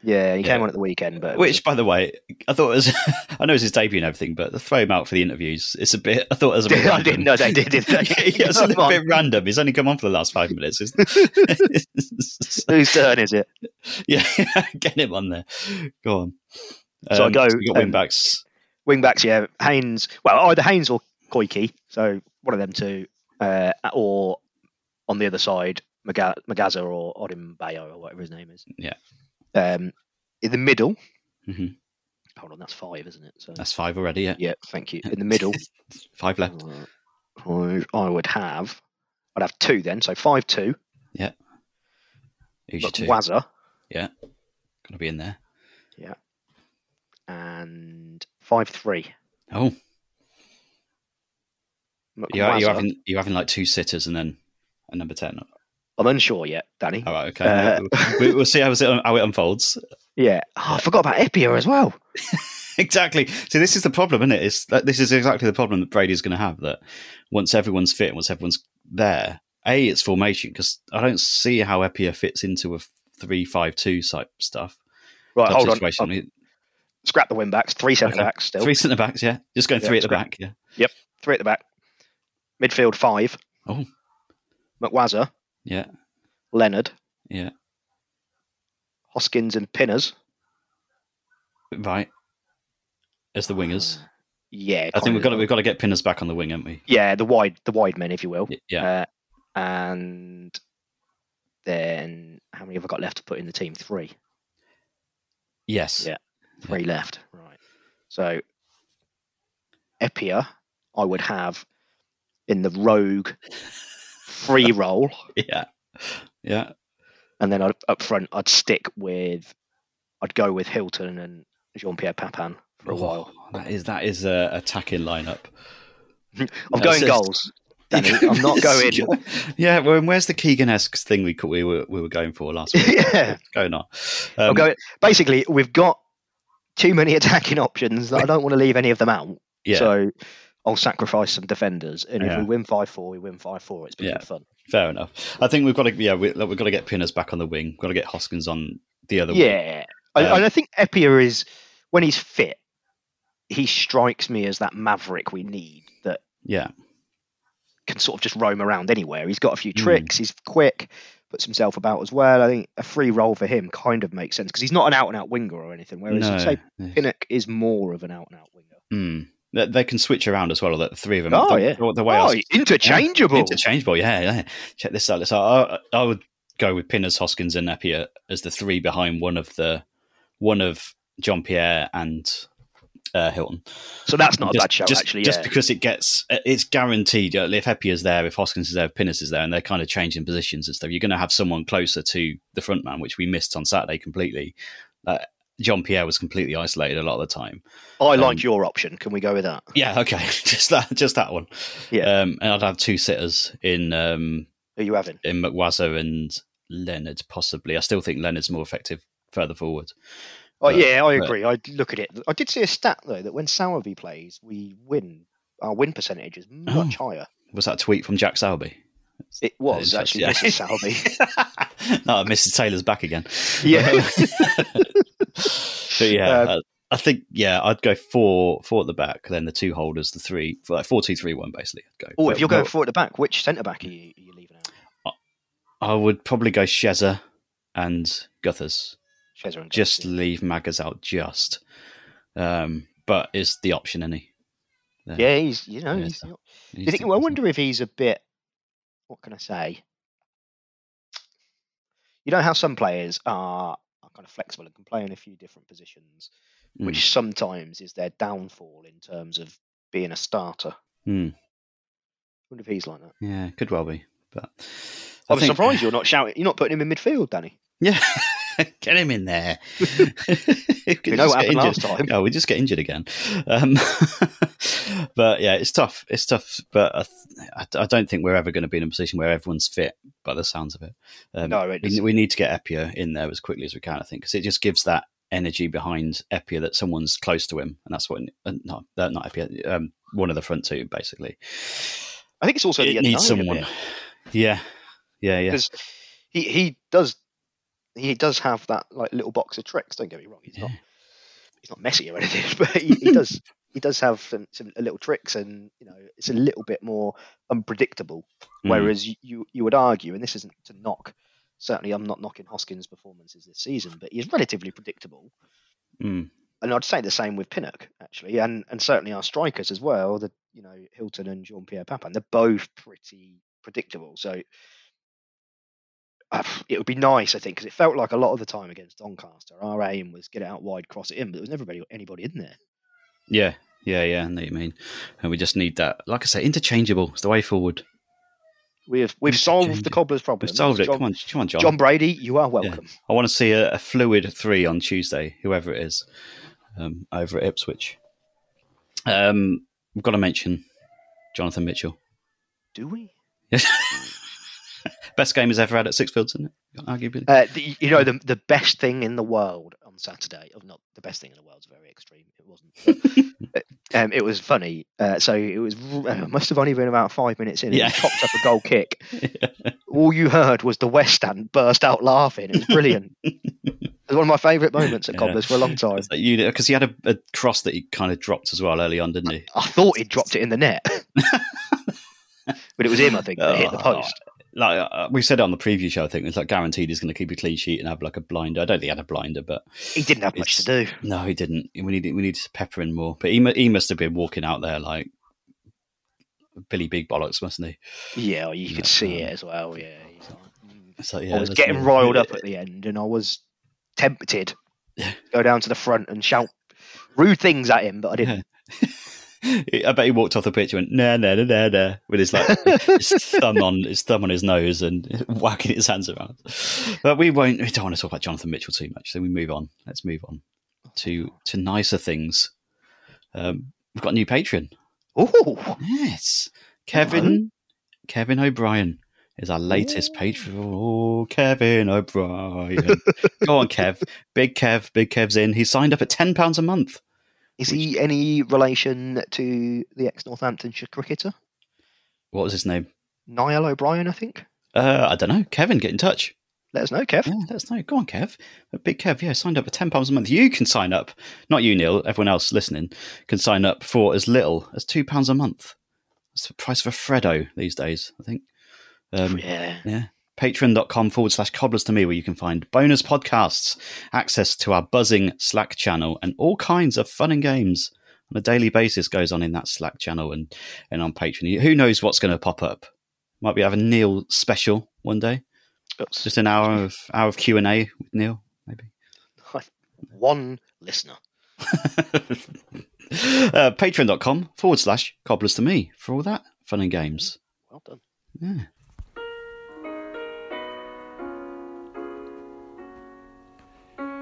[SPEAKER 6] Yeah, he came
[SPEAKER 5] Yeah.
[SPEAKER 6] on at the weekend, but it was
[SPEAKER 5] Which, by the way, I thought it was. I know it's his debut and everything, but the throw him out for the interviews. It's a bit. I thought it was a bit.
[SPEAKER 6] I
[SPEAKER 5] random.
[SPEAKER 6] didn't know they did, did they?
[SPEAKER 5] yeah, it's a
[SPEAKER 6] Come
[SPEAKER 5] little
[SPEAKER 6] on.
[SPEAKER 5] bit random. He's only come on for the last five minutes.
[SPEAKER 6] a- whose turn is it?
[SPEAKER 5] yeah, get him on there. Go on.
[SPEAKER 6] So I go,
[SPEAKER 5] you got wing
[SPEAKER 6] um,
[SPEAKER 5] backs.
[SPEAKER 6] Wing backs, yeah. Haynes, well, either Haynes or Koike, so one of them two, uh, or on the other side, Maga- Magaza or Odim Bayo or whatever his name is.
[SPEAKER 5] Yeah.
[SPEAKER 6] Um, in the middle,
[SPEAKER 5] Mhm.
[SPEAKER 6] hold on, that's five, isn't it? So
[SPEAKER 5] That's five already. Yeah,
[SPEAKER 6] yeah, thank you. In the middle,
[SPEAKER 5] five left.
[SPEAKER 6] I I would have, I'd have two then, so five two.
[SPEAKER 5] Who's your
[SPEAKER 6] But
[SPEAKER 5] two?
[SPEAKER 6] Wazza
[SPEAKER 5] Gonna be in there.
[SPEAKER 6] and five three.
[SPEAKER 5] Oh, you're, you're having you're having like two sitters and then a number ten.
[SPEAKER 6] I'm unsure yet, Danny.
[SPEAKER 5] All right, okay.
[SPEAKER 6] Uh,
[SPEAKER 5] we, we'll see how it how it unfolds.
[SPEAKER 6] Yeah, oh, I forgot about Epia as well.
[SPEAKER 5] exactly. So this is the problem, isn't it? It's that this is exactly the problem that Brady's going to have. That once everyone's fit, once everyone's there, a it's formation because I don't see how Epia fits into a three-five-two type stuff.
[SPEAKER 6] Right,
[SPEAKER 5] type
[SPEAKER 6] hold on.
[SPEAKER 5] situation.
[SPEAKER 6] I'll Scrap the win backs. Three centre
[SPEAKER 5] Okay.
[SPEAKER 6] backs still.
[SPEAKER 5] Three
[SPEAKER 6] Three.
[SPEAKER 5] centre backs, yeah. Just going
[SPEAKER 6] Yeah,
[SPEAKER 5] three at the
[SPEAKER 6] scrap.
[SPEAKER 5] back, yeah.
[SPEAKER 6] at the back. Midfield five.
[SPEAKER 5] Oh.
[SPEAKER 6] McWazza,
[SPEAKER 5] Yeah,
[SPEAKER 6] Leonard,
[SPEAKER 5] yeah.
[SPEAKER 6] Hoskins, and Pinners.
[SPEAKER 5] Right. As the wingers.
[SPEAKER 6] Uh, Yeah,
[SPEAKER 5] I think we've got to,
[SPEAKER 6] kinda.
[SPEAKER 5] we've got to get Pinners back on the wing, haven't we?
[SPEAKER 6] Yeah, the wide the wide men, if you will.
[SPEAKER 5] Y- Yeah.
[SPEAKER 6] Uh, and then how many have I got left to put in the team? Three.
[SPEAKER 5] yes.
[SPEAKER 6] yeah. Three left. Right. So Epia, I would have in the rogue free roll,
[SPEAKER 5] Yeah. Yeah.
[SPEAKER 6] and then I'd, up front I'd stick with I'd go with Hilton and Jean Pierre Papin for a while.
[SPEAKER 5] Oh, that is that is a attacking lineup.
[SPEAKER 6] I'm
[SPEAKER 5] That's
[SPEAKER 6] going
[SPEAKER 5] just-
[SPEAKER 6] goals. Danny, I'm not going.
[SPEAKER 5] yeah, well, and where's the Keegan-esque thing we co- we were we were going for last week?
[SPEAKER 6] yeah,
[SPEAKER 5] What's going on?
[SPEAKER 6] I'm
[SPEAKER 5] Um,
[SPEAKER 6] going. Basically, we've got too many attacking options that I don't want to leave any of them out.
[SPEAKER 5] yeah,
[SPEAKER 6] So I'll sacrifice some defenders, and if
[SPEAKER 5] Yeah.
[SPEAKER 6] we win five four, we win five four. It's been
[SPEAKER 5] Yeah.
[SPEAKER 6] fun.
[SPEAKER 5] fair enough. I think we've got to yeah we, look, we've got to get Pinners back on the wing. We've got to get Hoskins on the other wing.
[SPEAKER 6] Yeah, I,
[SPEAKER 5] Um,
[SPEAKER 6] and I think Epia is when he's fit, he strikes me as that maverick we need that
[SPEAKER 5] Yeah,
[SPEAKER 6] can sort of just roam around anywhere. He's got a few
[SPEAKER 5] Mm.
[SPEAKER 6] tricks. He's quick, puts himself about as well. I think a free role for him kind of makes sense because he's not an out and out winger or anything. Whereas
[SPEAKER 5] no,
[SPEAKER 6] say Pinnock is more of an out and out winger.
[SPEAKER 5] Mm. They, they can switch around as well. The three of them.
[SPEAKER 6] Oh,
[SPEAKER 5] the,
[SPEAKER 6] yeah.
[SPEAKER 5] The, the way I
[SPEAKER 6] Oh,
[SPEAKER 5] was-
[SPEAKER 6] interchangeable.
[SPEAKER 5] Yeah, interchangeable. Yeah, yeah. Check this out. So I, I would go with Pinners, Hoskins, and Napier as the three behind one of the one of John Pierre and uh, Hilton.
[SPEAKER 6] So that's not
[SPEAKER 5] just,
[SPEAKER 6] a bad shout,
[SPEAKER 5] just,
[SPEAKER 6] Oh, actually.
[SPEAKER 5] Just
[SPEAKER 6] yeah.
[SPEAKER 5] because it gets, it's guaranteed. uh, If Hepier's there, if Hoskins is there, if Pinnis is there, and they're kind of changing positions and stuff, you're going to have someone closer to the front man, which we missed on Saturday completely. Uh, John Pierre was completely isolated a lot of the time.
[SPEAKER 6] I like your option. Can we go with that?
[SPEAKER 5] Yeah, okay, just that, just that one.
[SPEAKER 6] Yeah.
[SPEAKER 5] um, and I'd have two sitters in um,
[SPEAKER 6] Who you having?
[SPEAKER 5] in McWazzo and Leonard possibly. I still think Leonard's more effective further forward.
[SPEAKER 6] Oh,
[SPEAKER 5] But-
[SPEAKER 6] yeah, I
[SPEAKER 5] but-
[SPEAKER 6] agree. I look at it. I did see a stat though that when Sowerby plays, we win. Our win percentage is
[SPEAKER 5] Oh.
[SPEAKER 6] much higher.
[SPEAKER 5] Was that a tweet from Jack Salby?
[SPEAKER 6] It was actually
[SPEAKER 5] Yeah.
[SPEAKER 6] Mrs. Sowerby.
[SPEAKER 5] no, Mrs. Taylor's back again.
[SPEAKER 6] yeah,
[SPEAKER 5] But yeah,
[SPEAKER 6] Uh,
[SPEAKER 5] I, I think yeah, I'd go four four at the back, then the two holders, the three, like four two three one basically. I'd go.
[SPEAKER 6] Oh, if
[SPEAKER 5] But-
[SPEAKER 6] you're going
[SPEAKER 5] but
[SPEAKER 6] four at the back, which centre back are you, are you leaving out?
[SPEAKER 5] I would probably go Shezza and Guthers.
[SPEAKER 6] Chesney and
[SPEAKER 5] Just
[SPEAKER 6] Gomez,
[SPEAKER 5] leave Maggers out, just. Um, but is the option any?
[SPEAKER 6] yeah. yeah, he's you know.
[SPEAKER 5] Yeah,
[SPEAKER 6] he's
[SPEAKER 5] so-
[SPEAKER 6] not- you think, well, I wonder if he's a bit. What can I say? You know how some players are, are kind of flexible and can play in a few different positions,
[SPEAKER 5] Mm.
[SPEAKER 6] which sometimes is their downfall in terms of being a starter.
[SPEAKER 5] Hmm.
[SPEAKER 6] wonder if he's like that.
[SPEAKER 5] Yeah, could well be. But
[SPEAKER 6] I was
[SPEAKER 5] think-
[SPEAKER 6] surprised you're not shouting. You're not putting him in midfield, Danny.
[SPEAKER 5] Yeah. get him in there.
[SPEAKER 6] We know what happened last time.
[SPEAKER 5] No, we just get injured again. Um, but yeah, it's tough. It's tough. But I, th- I d- I don't think we're ever going to be in a position where everyone's fit by the sounds of it. Um,
[SPEAKER 6] No, it
[SPEAKER 5] we-
[SPEAKER 6] isn't.
[SPEAKER 5] we need to get Epia in there as quickly as we can, I think, because it just gives that energy behind Epia that someone's close to him. And that's what, uh, no, uh, not Epia, um, one of the front two, basically.
[SPEAKER 6] I think it's also the
[SPEAKER 5] it needs
[SPEAKER 6] unknown a bit,
[SPEAKER 5] someone. Yeah. Yeah, yeah.
[SPEAKER 6] because he he does he does have that like little box of tricks. Don't get me wrong, he's not he's not messy or anything, but he, he does he does have some, some little tricks, and you know it's a little bit more unpredictable.
[SPEAKER 5] Mm.
[SPEAKER 6] Whereas you, you you would argue, and this isn't to knock. Certainly, I'm not knocking Hoskins' performances this season, but he's relatively predictable.
[SPEAKER 5] Mm.
[SPEAKER 6] And I'd say the same with Pinnock, actually, and and certainly our strikers as well. The you know Hilton and Jean Pierre Papin, they're both pretty predictable. So uh, it would be nice, I think, because it felt like a lot of the time against Doncaster, our aim was get it out wide, cross it in, but there was never really anybody in there.
[SPEAKER 5] Yeah, yeah, yeah. I know what you mean. And we just need that. Like I say, interchangeable is the way forward.
[SPEAKER 6] We've we've solved the cobbler's problem.
[SPEAKER 5] We've solved it.
[SPEAKER 6] John,
[SPEAKER 5] come on, come on, John.
[SPEAKER 6] John Brady, you are
[SPEAKER 5] Yeah.
[SPEAKER 6] welcome.
[SPEAKER 5] I want to see a, a fluid three on Tuesday, whoever it is, um, over at Ipswich. Um, we've got to mention Jonathan Mitchell.
[SPEAKER 6] Do we?
[SPEAKER 5] Best game he's ever had at Sixfields, isn't it? Arguably.
[SPEAKER 6] Uh, the, you know, the the best thing in the world on Saturday, oh, not the best thing in the world's very extreme. It wasn't. but, um, it was funny. Uh, so it was r- uh, must have only been about five minutes in.
[SPEAKER 5] Yeah.
[SPEAKER 6] And he popped up a goal kick. All you heard was the West Stand burst out laughing. It was brilliant. it was one of my favourite moments at Cobblers for a long time.
[SPEAKER 5] Because he had a, a cross that he kind of dropped as well early on, didn't he?
[SPEAKER 6] I thought he dropped it in the net. but it was him, I think, that hit the
[SPEAKER 5] Oh,
[SPEAKER 6] post.
[SPEAKER 5] Like uh, we said it on the preview show, I think it's like guaranteed he's going to keep a clean sheet and have like a blinder. I don't think he had a blinder, but
[SPEAKER 6] He didn't have much to
[SPEAKER 5] It's-
[SPEAKER 6] do.
[SPEAKER 5] No, he didn't. We need we need to pepper in more. But he mu- he must have been walking out there like Billy Big Bollocks, mustn't he?
[SPEAKER 6] Yeah, you could see it as well. Yeah, he's like, "Mm."
[SPEAKER 5] It's like, yeah,
[SPEAKER 6] I was
[SPEAKER 5] that's-
[SPEAKER 6] getting riled up at the end, and I was tempted to go down to the front and shout rude things at him, but I didn't.
[SPEAKER 5] I bet he walked off the pitch and went nah nah nah nah nah with his like his thumb on his thumb on his nose and whacking his hands around. But we won't. We don't want to talk about Jonathan Mitchell too much. So we move on. Let's move on to to nicer things. Um, we've got a new patron.
[SPEAKER 6] Oh,
[SPEAKER 5] Yes. Kevin Kevin O'Brien is our latest patron. Oh, Kevin O'Brien. Go on, Kev. Big Kev. Big Kev's in. He signed up at £10 a month.
[SPEAKER 6] is he any relation to the ex Northamptonshire cricketer
[SPEAKER 5] What was his name?
[SPEAKER 6] Niall O'Brien? I think.
[SPEAKER 5] Uh, I don't know. Kevin, get in touch.
[SPEAKER 6] Let us know, Kev.
[SPEAKER 5] Yeah, that's no. Go on, Kev. But Big Kev, yeah, signed up at ten pounds a month. You can sign up. Not you, Neil. Everyone else listening can sign up for as little as two pounds a month. That's the price of a Freddo these days, I think. Um,
[SPEAKER 6] Yeah.
[SPEAKER 5] Yeah. Patreon.com forward slash cobblers to me, where you can find bonus podcasts, access to our buzzing Slack channel, and all kinds of fun and games on a daily basis goes on in that Slack channel and, and on Patreon. Who knows what's going to pop up? Might be having Neil special one day.
[SPEAKER 6] Oops.
[SPEAKER 5] Just an hour of hour of Q and A with Neil, maybe.
[SPEAKER 6] One listener.
[SPEAKER 5] uh, Patreon.com forward slash cobblers to me for all that fun and games.
[SPEAKER 6] Well done.
[SPEAKER 5] Yeah.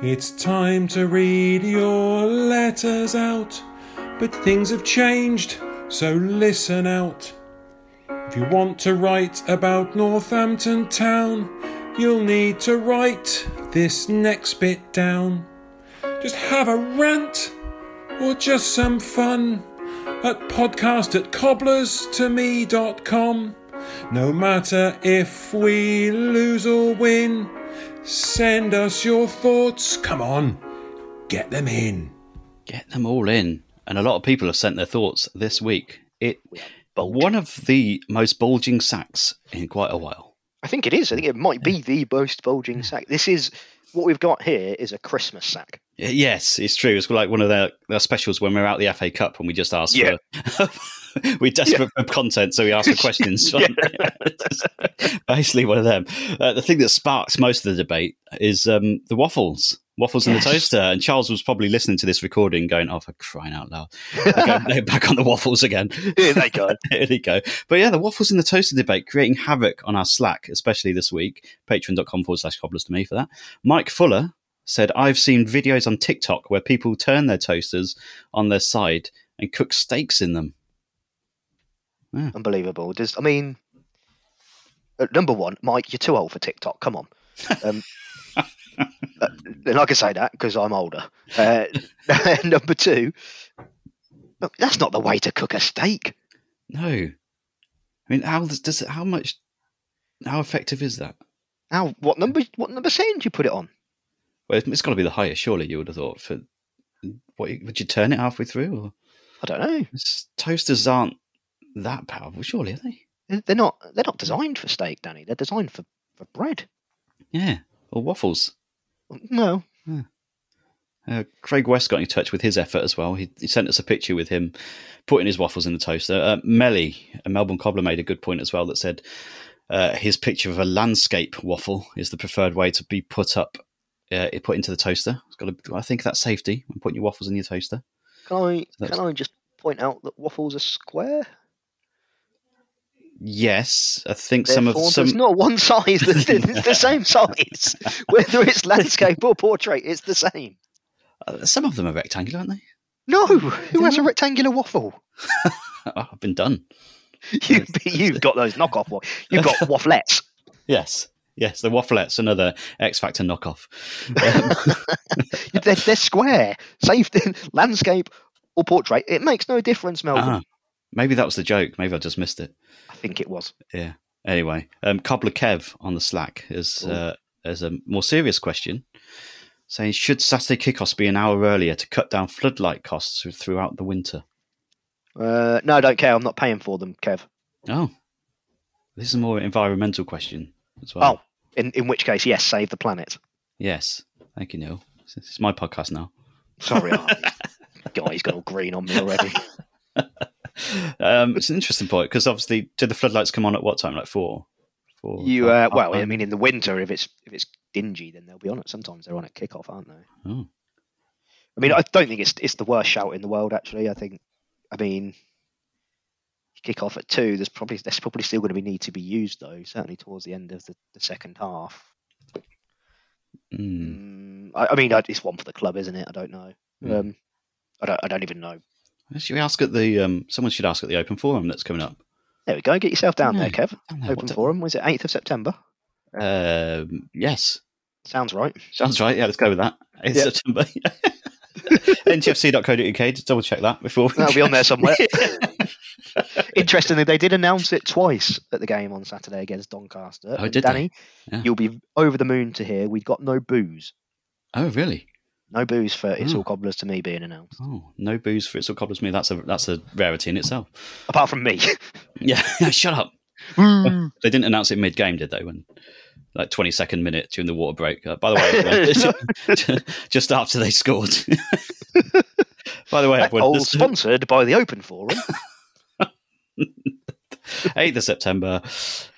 [SPEAKER 7] It's time to read your letters out, but things have changed, so listen out. If you want to write about Northampton Town, you'll need to write this next bit down. Just have a rant or just some fun at podcast at cobblerstome.com. No matter if we lose or win, send us your thoughts. Come on, get them in.
[SPEAKER 5] Get them all in. And a lot of people have sent their thoughts this week. It one of the most bulging sacks in quite a while.
[SPEAKER 6] I think it is. I think it might be the most bulging sack. This is what we've got here is a Christmas sack.
[SPEAKER 5] Y- Yes, it's true. It's like one of their, their specials when we're out the FA Cup and we just ask
[SPEAKER 6] Yeah.
[SPEAKER 5] for. We're desperate for content, so we ask for questions. Basically, one of them. Uh, the thing that sparks most of the debate is um, the waffles, waffles in the
[SPEAKER 6] Yes.
[SPEAKER 5] toaster. And Charles was probably listening to this recording, going, "Oh, for crying out loud!" They're back on the waffles again.
[SPEAKER 6] Here they go.
[SPEAKER 5] there you go. But yeah, the waffles in the toaster debate creating havoc on our Slack, especially this week. Patreon.com forward slash cobblers to me for that. Mike Fuller said, I've seen videos on TikTok where people turn their toasters on their side and cook steaks in them.
[SPEAKER 6] Unbelievable. Does I mean, uh, number one, Mike, you're too old for TikTok. Come on. Um, uh, and I can say that because I'm older. Uh, number two, look, that's not the way to cook a steak.
[SPEAKER 5] No. I mean, how does, does it, how much, how effective is that?
[SPEAKER 6] Now, what number? What number saying do you put it on?
[SPEAKER 5] Well, it's got to be the highest, surely, you would have thought. For what, Would you turn it halfway through? Or,
[SPEAKER 6] I don't know.
[SPEAKER 5] it's- toasters aren't that powerful, surely, are they?
[SPEAKER 6] They're- They're not. They're not designed for steak, Danny. They're designed for, for bread.
[SPEAKER 5] Yeah. Or waffles.
[SPEAKER 6] No,
[SPEAKER 5] Uh, Craig West got in touch with his effort as well. He, he sent us a picture with him putting his waffles in the toaster. Uh, Melly, a Melbourne cobbler, made a good point as well that said uh, his picture of a landscape waffle is the preferred way to be put up, uh, put into the toaster. It's got to, I think that's safety when putting your waffles in your toaster.
[SPEAKER 6] Can I
[SPEAKER 5] that's-
[SPEAKER 6] can I just point out that waffles are square?
[SPEAKER 5] Yes, I think some of
[SPEAKER 6] Therefore,
[SPEAKER 5] some.
[SPEAKER 6] there's not one size. That's, it's the same size, whether it's landscape or portrait. It's the same.
[SPEAKER 5] uh, some of them are rectangular, aren't they?
[SPEAKER 6] No, who has a rectangular waffle?
[SPEAKER 5] Oh, I've been done.
[SPEAKER 6] You, you've got those knockoff waffles. You've got wafflettes.
[SPEAKER 5] Yes, yes, the wafflettes, another X Factor knockoff.
[SPEAKER 6] They're, they're square. Save the landscape or portrait. It makes no difference, Melvin.
[SPEAKER 5] Ah, maybe that was the joke. Maybe I just missed it.
[SPEAKER 6] I think it was.
[SPEAKER 5] Yeah. Anyway, um, Cobbler Kev on the Slack is uh, is a more serious question, saying should Saturday kickoffs be an hour earlier to cut down floodlight costs throughout the winter?
[SPEAKER 6] Uh, no, I don't care. I'm not paying for them, Kev.
[SPEAKER 5] Oh, this is a more environmental question as well.
[SPEAKER 6] Oh, in, in which case, yes, save the planet.
[SPEAKER 5] yes, thank you, Neil. This is my podcast now.
[SPEAKER 6] Sorry, I, God, he's got all green on me already.
[SPEAKER 5] Um, it's an interesting point because obviously, do the floodlights come on at what time? Like four. Four.
[SPEAKER 6] You uh,
[SPEAKER 5] half- half
[SPEAKER 6] well, I
[SPEAKER 5] time?
[SPEAKER 6] mean, in the winter, if it's if it's dingy, then they'll be on it. Sometimes they're on at kickoff, aren't they?
[SPEAKER 5] Oh.
[SPEAKER 6] I mean, I don't think it's it's the worst shout in the world. Actually, I think, I mean, you kick off at two. There's probably there's probably still going to be need to be used though. Certainly towards the end of the, the second half.
[SPEAKER 5] Mm.
[SPEAKER 6] Mm, I, I mean, I, it's one for the club, isn't it? I don't know.
[SPEAKER 5] Mm.
[SPEAKER 6] Um, I don't I don't even know.
[SPEAKER 5] Should we ask at the um, someone should ask at the open forum that's coming up?
[SPEAKER 6] There we go. Get yourself down there,
[SPEAKER 5] Yeah.
[SPEAKER 6] Kev.
[SPEAKER 5] Down there,
[SPEAKER 6] Open
[SPEAKER 5] what
[SPEAKER 6] forum. Was it eighth of September?
[SPEAKER 5] the-
[SPEAKER 6] Uh,
[SPEAKER 5] Um, yes,
[SPEAKER 6] Sounds right.
[SPEAKER 5] Sounds right. Yeah, let's go with that. It's
[SPEAKER 6] Yeah.
[SPEAKER 5] September. NTFC.co.uk. Just double check that before. we-
[SPEAKER 6] That'll be on there somewhere. Interestingly, they did announce it twice at the game on Saturday against Doncaster.
[SPEAKER 5] Oh,
[SPEAKER 6] And
[SPEAKER 5] did they?
[SPEAKER 6] Danny,
[SPEAKER 5] Yeah.
[SPEAKER 6] you'll be over the moon to hear we've got no booze.
[SPEAKER 5] oh, really?
[SPEAKER 6] No booze for It's
[SPEAKER 5] Oh.
[SPEAKER 6] All Cobblers to Me being announced.
[SPEAKER 5] Oh, no booze for it's all cobblers me. That's a that's a rarity in itself.
[SPEAKER 6] Apart from me.
[SPEAKER 5] Yeah, shut up. they didn't announce it mid game, did they? When like twenty second minute during the water break. Uh, by the way, everyone, just after they scored. By the way,
[SPEAKER 6] That
[SPEAKER 5] everyone,
[SPEAKER 6] poll
[SPEAKER 5] this-
[SPEAKER 6] sponsored by the Open Forum.
[SPEAKER 5] 8th of September.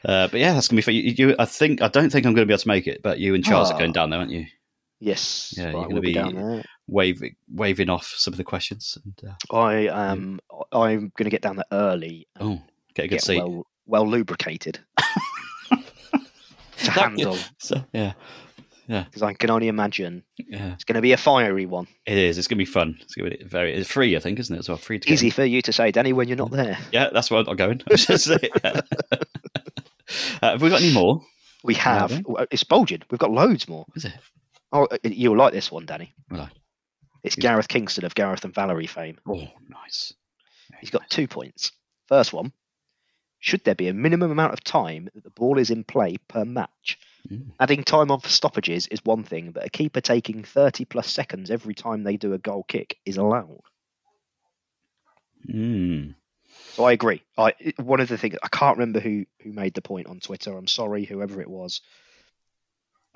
[SPEAKER 5] Uh, but yeah, that's going to be fun. You, you, I think I don't think I'm going to be able to make it, but you and Charles
[SPEAKER 6] Ah.
[SPEAKER 5] are going down there, aren't you?
[SPEAKER 6] Yes.
[SPEAKER 5] Yeah,
[SPEAKER 6] right,
[SPEAKER 5] you're going
[SPEAKER 6] we'll
[SPEAKER 5] to
[SPEAKER 6] be
[SPEAKER 5] be,
[SPEAKER 6] down there.
[SPEAKER 5] waving waving off some of the questions. And, uh,
[SPEAKER 6] I um I'm going to get down there early. and
[SPEAKER 5] oh, get a good seat.
[SPEAKER 6] well, well lubricated. to handle
[SPEAKER 5] So, yeah, yeah,
[SPEAKER 6] because I can only imagine
[SPEAKER 5] yeah.
[SPEAKER 6] it's going to be a fiery one.
[SPEAKER 5] It is. It's going to be fun. It's going to be very. It's free, I think, isn't it? As well, free to go.
[SPEAKER 6] Easy for you to say, Danny, when you're not there.
[SPEAKER 5] Yeah, that's where I'm not going. I was just saying. uh, have we got any more?
[SPEAKER 6] We have it's bulging. We've got loads more.
[SPEAKER 5] Is it?
[SPEAKER 6] Oh, you'll like this one, Danny.
[SPEAKER 5] Will I?
[SPEAKER 6] It's Gareth Kingston of Gareth and Valerie fame.
[SPEAKER 5] Oh, nice.
[SPEAKER 6] He's got two points. First one Should there be a minimum amount of time that the ball is in play per match? Adding time on for stoppages is one thing, but a keeper taking 30 plus seconds every time they do a goal kick is allowed.
[SPEAKER 5] Mm.
[SPEAKER 6] So I agree. I it- one of the things I can't remember who who made the point on Twitter. I'm sorry, whoever it was.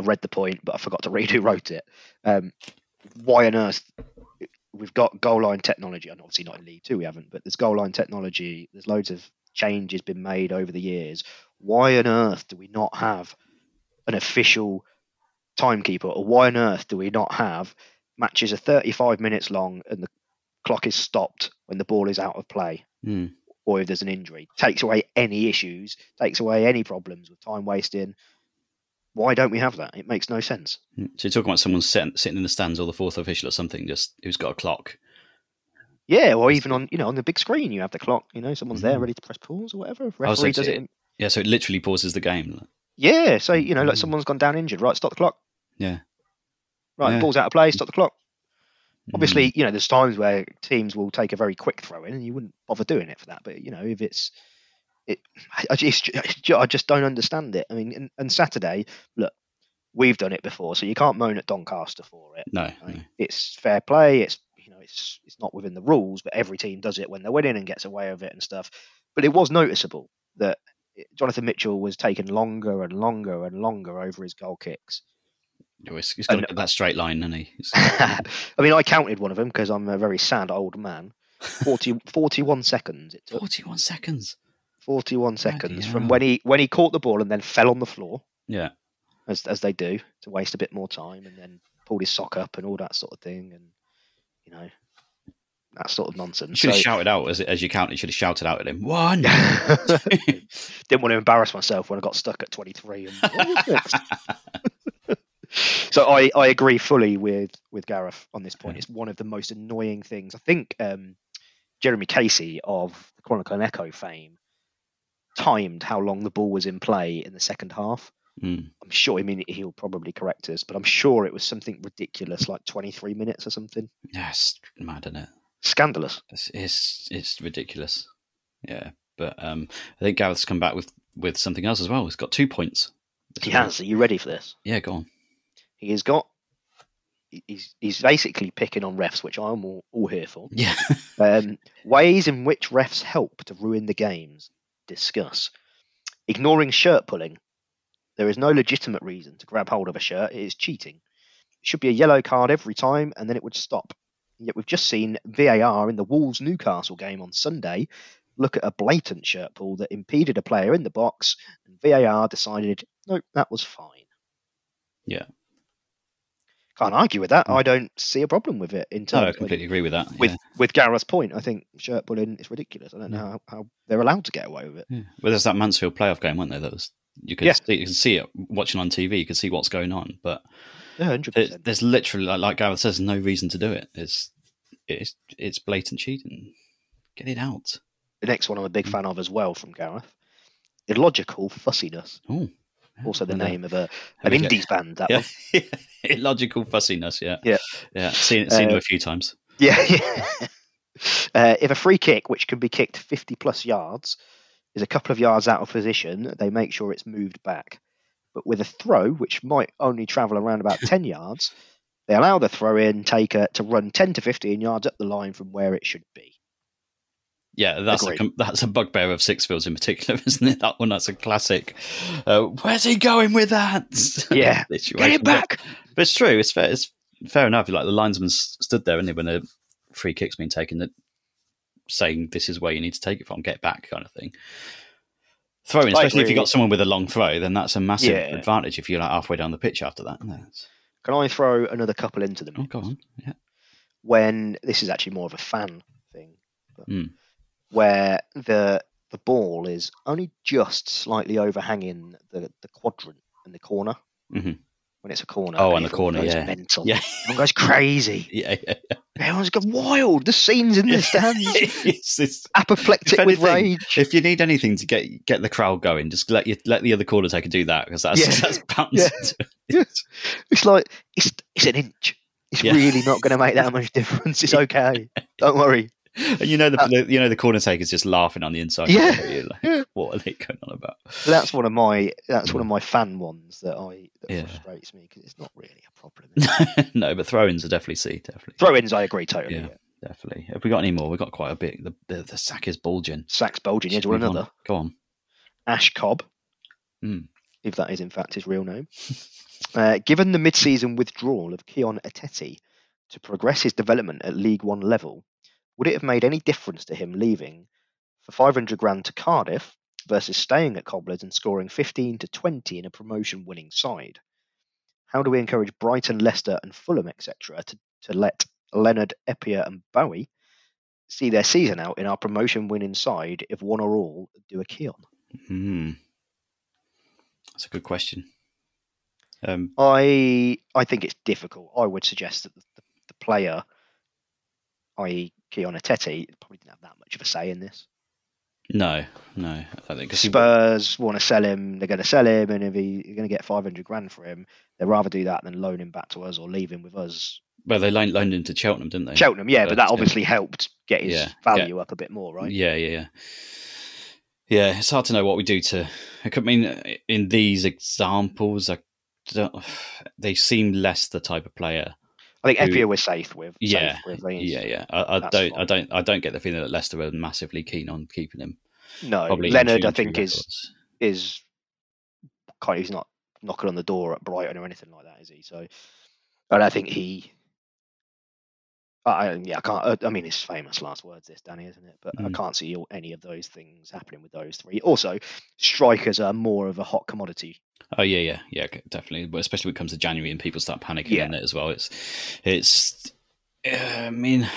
[SPEAKER 6] I read the point, but I forgot to read who wrote it. Um, why on earth we've got goal line technology? And obviously not in League Two, we haven't. But there's goal line technology. There's loads of changes been made over the years. Why on earth do we not have an official timekeeper, or why on earth do we not have matches are 35 minutes long and the clock is stopped when the ball is out of play?
[SPEAKER 5] Mm.
[SPEAKER 6] or if there's an injury. Takes away any issues, takes away any problems with time wasting. Why don't we have that? It makes no sense.
[SPEAKER 5] hmm. So you're talking about someone sitting, sitting in the stands or the fourth official or something, just who's got a clock.
[SPEAKER 6] Yeah, or even on you know on the big screen you have the clock. You know someone's there ready to press pause or whatever. If
[SPEAKER 5] Oh, so
[SPEAKER 6] Referee does
[SPEAKER 5] it's-
[SPEAKER 6] it.
[SPEAKER 5] Yeah, so it literally pauses the game.
[SPEAKER 6] Yeah, so you know like someone's gone down injured. Right, stop the clock.
[SPEAKER 5] Yeah.
[SPEAKER 6] Right,
[SPEAKER 5] Yeah. Hmm.
[SPEAKER 6] ball's out of play. Stop the clock. Obviously, you know there's times where teams will take a very quick throw in, and you wouldn't bother doing it for that. But you know if it's it, I- I just I just don't understand it. I mean, and, and Saturday, look, we've done it before, so you can't moan at Doncaster for it.
[SPEAKER 5] No.
[SPEAKER 6] I mean, It's fair play. It's you know, it's it's not within the rules, but every team does it when they're winning and gets away with it and stuff. But it was noticeable that it- Jonathan Mitchell was taking longer and longer and longer over his goal kicks.
[SPEAKER 5] no. He's, he's got to
[SPEAKER 6] And-
[SPEAKER 5] get that straight line, hasn't he? It's-
[SPEAKER 6] I mean, I counted one of them because I'm a very sad old man. 40, 41 seconds it took.
[SPEAKER 5] 41 seconds.
[SPEAKER 6] 41 seconds from
[SPEAKER 5] hell.
[SPEAKER 6] when he when he caught the ball and then fell on the floor
[SPEAKER 5] Yeah.
[SPEAKER 6] as as they do to waste a bit more time and then pulled his sock up and all that sort of thing and you know that sort of
[SPEAKER 5] You
[SPEAKER 6] nonsense.
[SPEAKER 5] should have
[SPEAKER 6] So-
[SPEAKER 5] shouted out as, as you counted. You should have shouted out at him. One.
[SPEAKER 6] didn't want to embarrass myself when I got stuck at 23. And, "Oh, "What was next?" so I, I agree fully with, with Gareth on this point. It's one of the most annoying things. I think um, Jeremy Casey of the Chronicle and Echo fame timed how long the ball was in play in the second half.
[SPEAKER 5] Mm.
[SPEAKER 6] I'm sure, I mean, he'll probably correct us, but I'm sure it was something ridiculous, like 23 minutes or something.
[SPEAKER 5] Yeah, it's mad, isn't it?
[SPEAKER 6] Scandalous.
[SPEAKER 5] It's, it's, it's ridiculous. Yeah. But um, I think Gareth's come back with, with something else as well. He's got two points. this
[SPEAKER 6] He
[SPEAKER 5] week.
[SPEAKER 6] has. Are you ready for this?
[SPEAKER 5] Yeah, go on.
[SPEAKER 6] He has got. he- He's, he's basically picking on refs, which I'm all, all here for.
[SPEAKER 5] Yeah.
[SPEAKER 6] Um, ways in which refs help to ruin the games. Discuss. Ignoring shirt pulling. There is no legitimate reason to grab hold of a shirt. It is cheating. It should be a yellow card every time, and then it would stop. Yet we've just seen VAR in the Wolves Newcastle game on Sunday look at a blatant shirt pull that impeded a player in the box, and VAR decided, nope, that was fine.
[SPEAKER 5] Yeah.
[SPEAKER 6] Can't argue with that. I don't see a problem with it in
[SPEAKER 5] Hmm. No,
[SPEAKER 6] terms
[SPEAKER 5] I
[SPEAKER 6] of-
[SPEAKER 5] completely agree with that.
[SPEAKER 6] with
[SPEAKER 5] yeah.
[SPEAKER 6] with Gareth's point, I think shirt pulling is ridiculous. I don't know how, how they're allowed to get away with it.
[SPEAKER 5] Yeah. Well, there's that Mansfield playoff game, weren't there? That was you could
[SPEAKER 6] Yeah.
[SPEAKER 5] see, you can see it watching on TV. You can see what's going on, but
[SPEAKER 6] Yeah, hundred
[SPEAKER 5] there's,
[SPEAKER 6] percent.
[SPEAKER 5] there's literally, like, like Gareth says, no reason to do it. It's it's it's blatant cheating. Get it out.
[SPEAKER 6] The next one I'm a big
[SPEAKER 5] Hmm.
[SPEAKER 6] fan of as well from Gareth. Illogical fussiness.
[SPEAKER 5] Oh,
[SPEAKER 6] Also the
[SPEAKER 5] Yeah.
[SPEAKER 6] name of
[SPEAKER 5] There
[SPEAKER 6] a an
[SPEAKER 5] we go.
[SPEAKER 6] indies band. That
[SPEAKER 5] yeah,
[SPEAKER 6] one.
[SPEAKER 5] illogical fussiness. Yeah,
[SPEAKER 6] Yeah.
[SPEAKER 5] yeah. Seen it, seen
[SPEAKER 6] Uh,
[SPEAKER 5] it a few times.
[SPEAKER 6] Yeah. yeah. uh, if a free kick, which can be kicked 50 plus yards, is a couple of yards out of position, they make sure it's moved back. But with a throw, which might only travel around about 10 yards, they allow the throw in taker to run 10 to 15 yards up the line from where it should be.
[SPEAKER 5] Yeah, that's a,
[SPEAKER 6] agreed.
[SPEAKER 5] com- that's a bugbear of Sixfields in particular, isn't it? That one, that's a classic. Uh, where's he going with that?
[SPEAKER 6] Yeah. Get
[SPEAKER 5] situation.
[SPEAKER 6] it
[SPEAKER 5] But-
[SPEAKER 6] back!
[SPEAKER 5] But it's true. It's fair. It's fair enough. Like the linesman s- stood there, and when the free kicks being taken that saying this is where you need to take it from, get back kind of thing. Throwing,
[SPEAKER 6] I
[SPEAKER 5] especially if
[SPEAKER 6] agree.
[SPEAKER 5] you've got someone with a long throw, then that's a massive
[SPEAKER 6] Yeah.
[SPEAKER 5] advantage if you're like halfway down the pitch after that. isn't it?
[SPEAKER 6] Can I throw another couple into them?
[SPEAKER 5] Oh, go on. Yeah.
[SPEAKER 6] When this is actually more of a fan thing,
[SPEAKER 5] Mm.
[SPEAKER 6] where the the ball is only just slightly overhanging the, the quadrant in the corner
[SPEAKER 5] hmm
[SPEAKER 6] when it's a corner.
[SPEAKER 5] Oh,
[SPEAKER 6] and
[SPEAKER 5] on the
[SPEAKER 6] everyone
[SPEAKER 5] corner,
[SPEAKER 6] goes
[SPEAKER 5] yeah.
[SPEAKER 6] mental.
[SPEAKER 5] Yeah.
[SPEAKER 6] everyone goes crazy.
[SPEAKER 5] Yeah, yeah, yeah.
[SPEAKER 6] Everyone's gone wild. The scenes in the stands,
[SPEAKER 5] It's- it's-
[SPEAKER 6] apoplectic
[SPEAKER 5] if
[SPEAKER 6] with
[SPEAKER 5] anything,
[SPEAKER 6] rage.
[SPEAKER 5] If you need anything to get get the crowd going, just let you let the other corner taker do that because that's
[SPEAKER 6] Yeah.
[SPEAKER 5] that's bound
[SPEAKER 6] Yeah.
[SPEAKER 5] to-
[SPEAKER 6] It's like it's it's an inch. It's
[SPEAKER 5] Yeah.
[SPEAKER 6] really not going to make that much difference. It's okay. Don't worry.
[SPEAKER 5] And you know the, the you know the corner taker's just laughing on the inside.
[SPEAKER 6] Uh, Yeah.
[SPEAKER 5] Don't you? Like,
[SPEAKER 6] Yeah.
[SPEAKER 5] What are they going on about?
[SPEAKER 6] That's one of my that's one of my fan ones that I that
[SPEAKER 5] Yeah.
[SPEAKER 6] frustrates me because it's not really a problem.
[SPEAKER 5] no, but throw-ins are definitely C. Definitely,
[SPEAKER 6] Throw-ins, I agree totally.
[SPEAKER 5] Yeah.
[SPEAKER 6] Yeah.
[SPEAKER 5] definitely. Have we got any more? We've got quite a bit. The the, the sack is bulging.
[SPEAKER 6] Sax Bulging, yeah, do you want
[SPEAKER 5] Move on.
[SPEAKER 6] another?
[SPEAKER 5] Go on.
[SPEAKER 6] Ash Cobb,
[SPEAKER 5] Hmm.
[SPEAKER 6] if that is in fact his real name. uh, given the mid-season withdrawal of Keon Ateti to progress his development at League One level, would it have made any difference to him leaving for 500 grand to Cardiff versus staying at Cobblers and scoring 15 to 20 in a promotion-winning side? How do we encourage Brighton, Leicester, and Fulham, etc., to, to let Leonard, Epier, and Bowie see their season out in our promotion-winning side if one or all do a Keon?
[SPEAKER 5] Hmm. That's a good question. Um,
[SPEAKER 6] I I think it's difficult. I would suggest that the, the, the player, i.e., Keona Teti, probably didn't have that much of a say in this.
[SPEAKER 5] no, no, I don't think. 'cause he-
[SPEAKER 6] Spurs want to sell him; they're going to sell him, and if he, you're going to get five hundred grand for him, they'd rather do that than loan him back to us or leave him with us.
[SPEAKER 5] Well, they loaned, loaned him to Cheltenham, didn't they?
[SPEAKER 6] Cheltenham, yeah, but that
[SPEAKER 5] yeah.
[SPEAKER 6] obviously helped get his
[SPEAKER 5] Yeah, get-
[SPEAKER 6] value up a bit more, right?
[SPEAKER 5] Yeah, yeah, yeah. Yeah, it's hard to know what we do to. I could- I mean, in these examples, I don't, they seem less the type of player.
[SPEAKER 6] I think
[SPEAKER 5] Who-
[SPEAKER 6] Epia was safe with. safe
[SPEAKER 5] Yeah,
[SPEAKER 6] with, I think he's-
[SPEAKER 5] Yeah, yeah. I, I
[SPEAKER 6] That's
[SPEAKER 5] don't, I
[SPEAKER 6] fine.
[SPEAKER 5] don't, I don't get the feeling that Leicester are massively keen on keeping him.
[SPEAKER 6] No,
[SPEAKER 5] Probably
[SPEAKER 6] Leonard,
[SPEAKER 5] injury-
[SPEAKER 6] I think
[SPEAKER 5] injury
[SPEAKER 6] is
[SPEAKER 5] records.
[SPEAKER 6] is kind of, he's not knocking on the door at Brighton or anything like that, is he? So, and I think he, I I- yeah, I can't. I I mean, his famous last words, this Danny, isn't it? But I
[SPEAKER 5] Mm.
[SPEAKER 6] can't see all, any of those things happening with those three. Also, strikers are more of a hot commodity.
[SPEAKER 5] Oh yeah, yeah, yeah, c- definitely. But especially when it comes to January and people start panicking
[SPEAKER 6] Yeah.
[SPEAKER 5] in it as well. It's, it's. uh, I mean,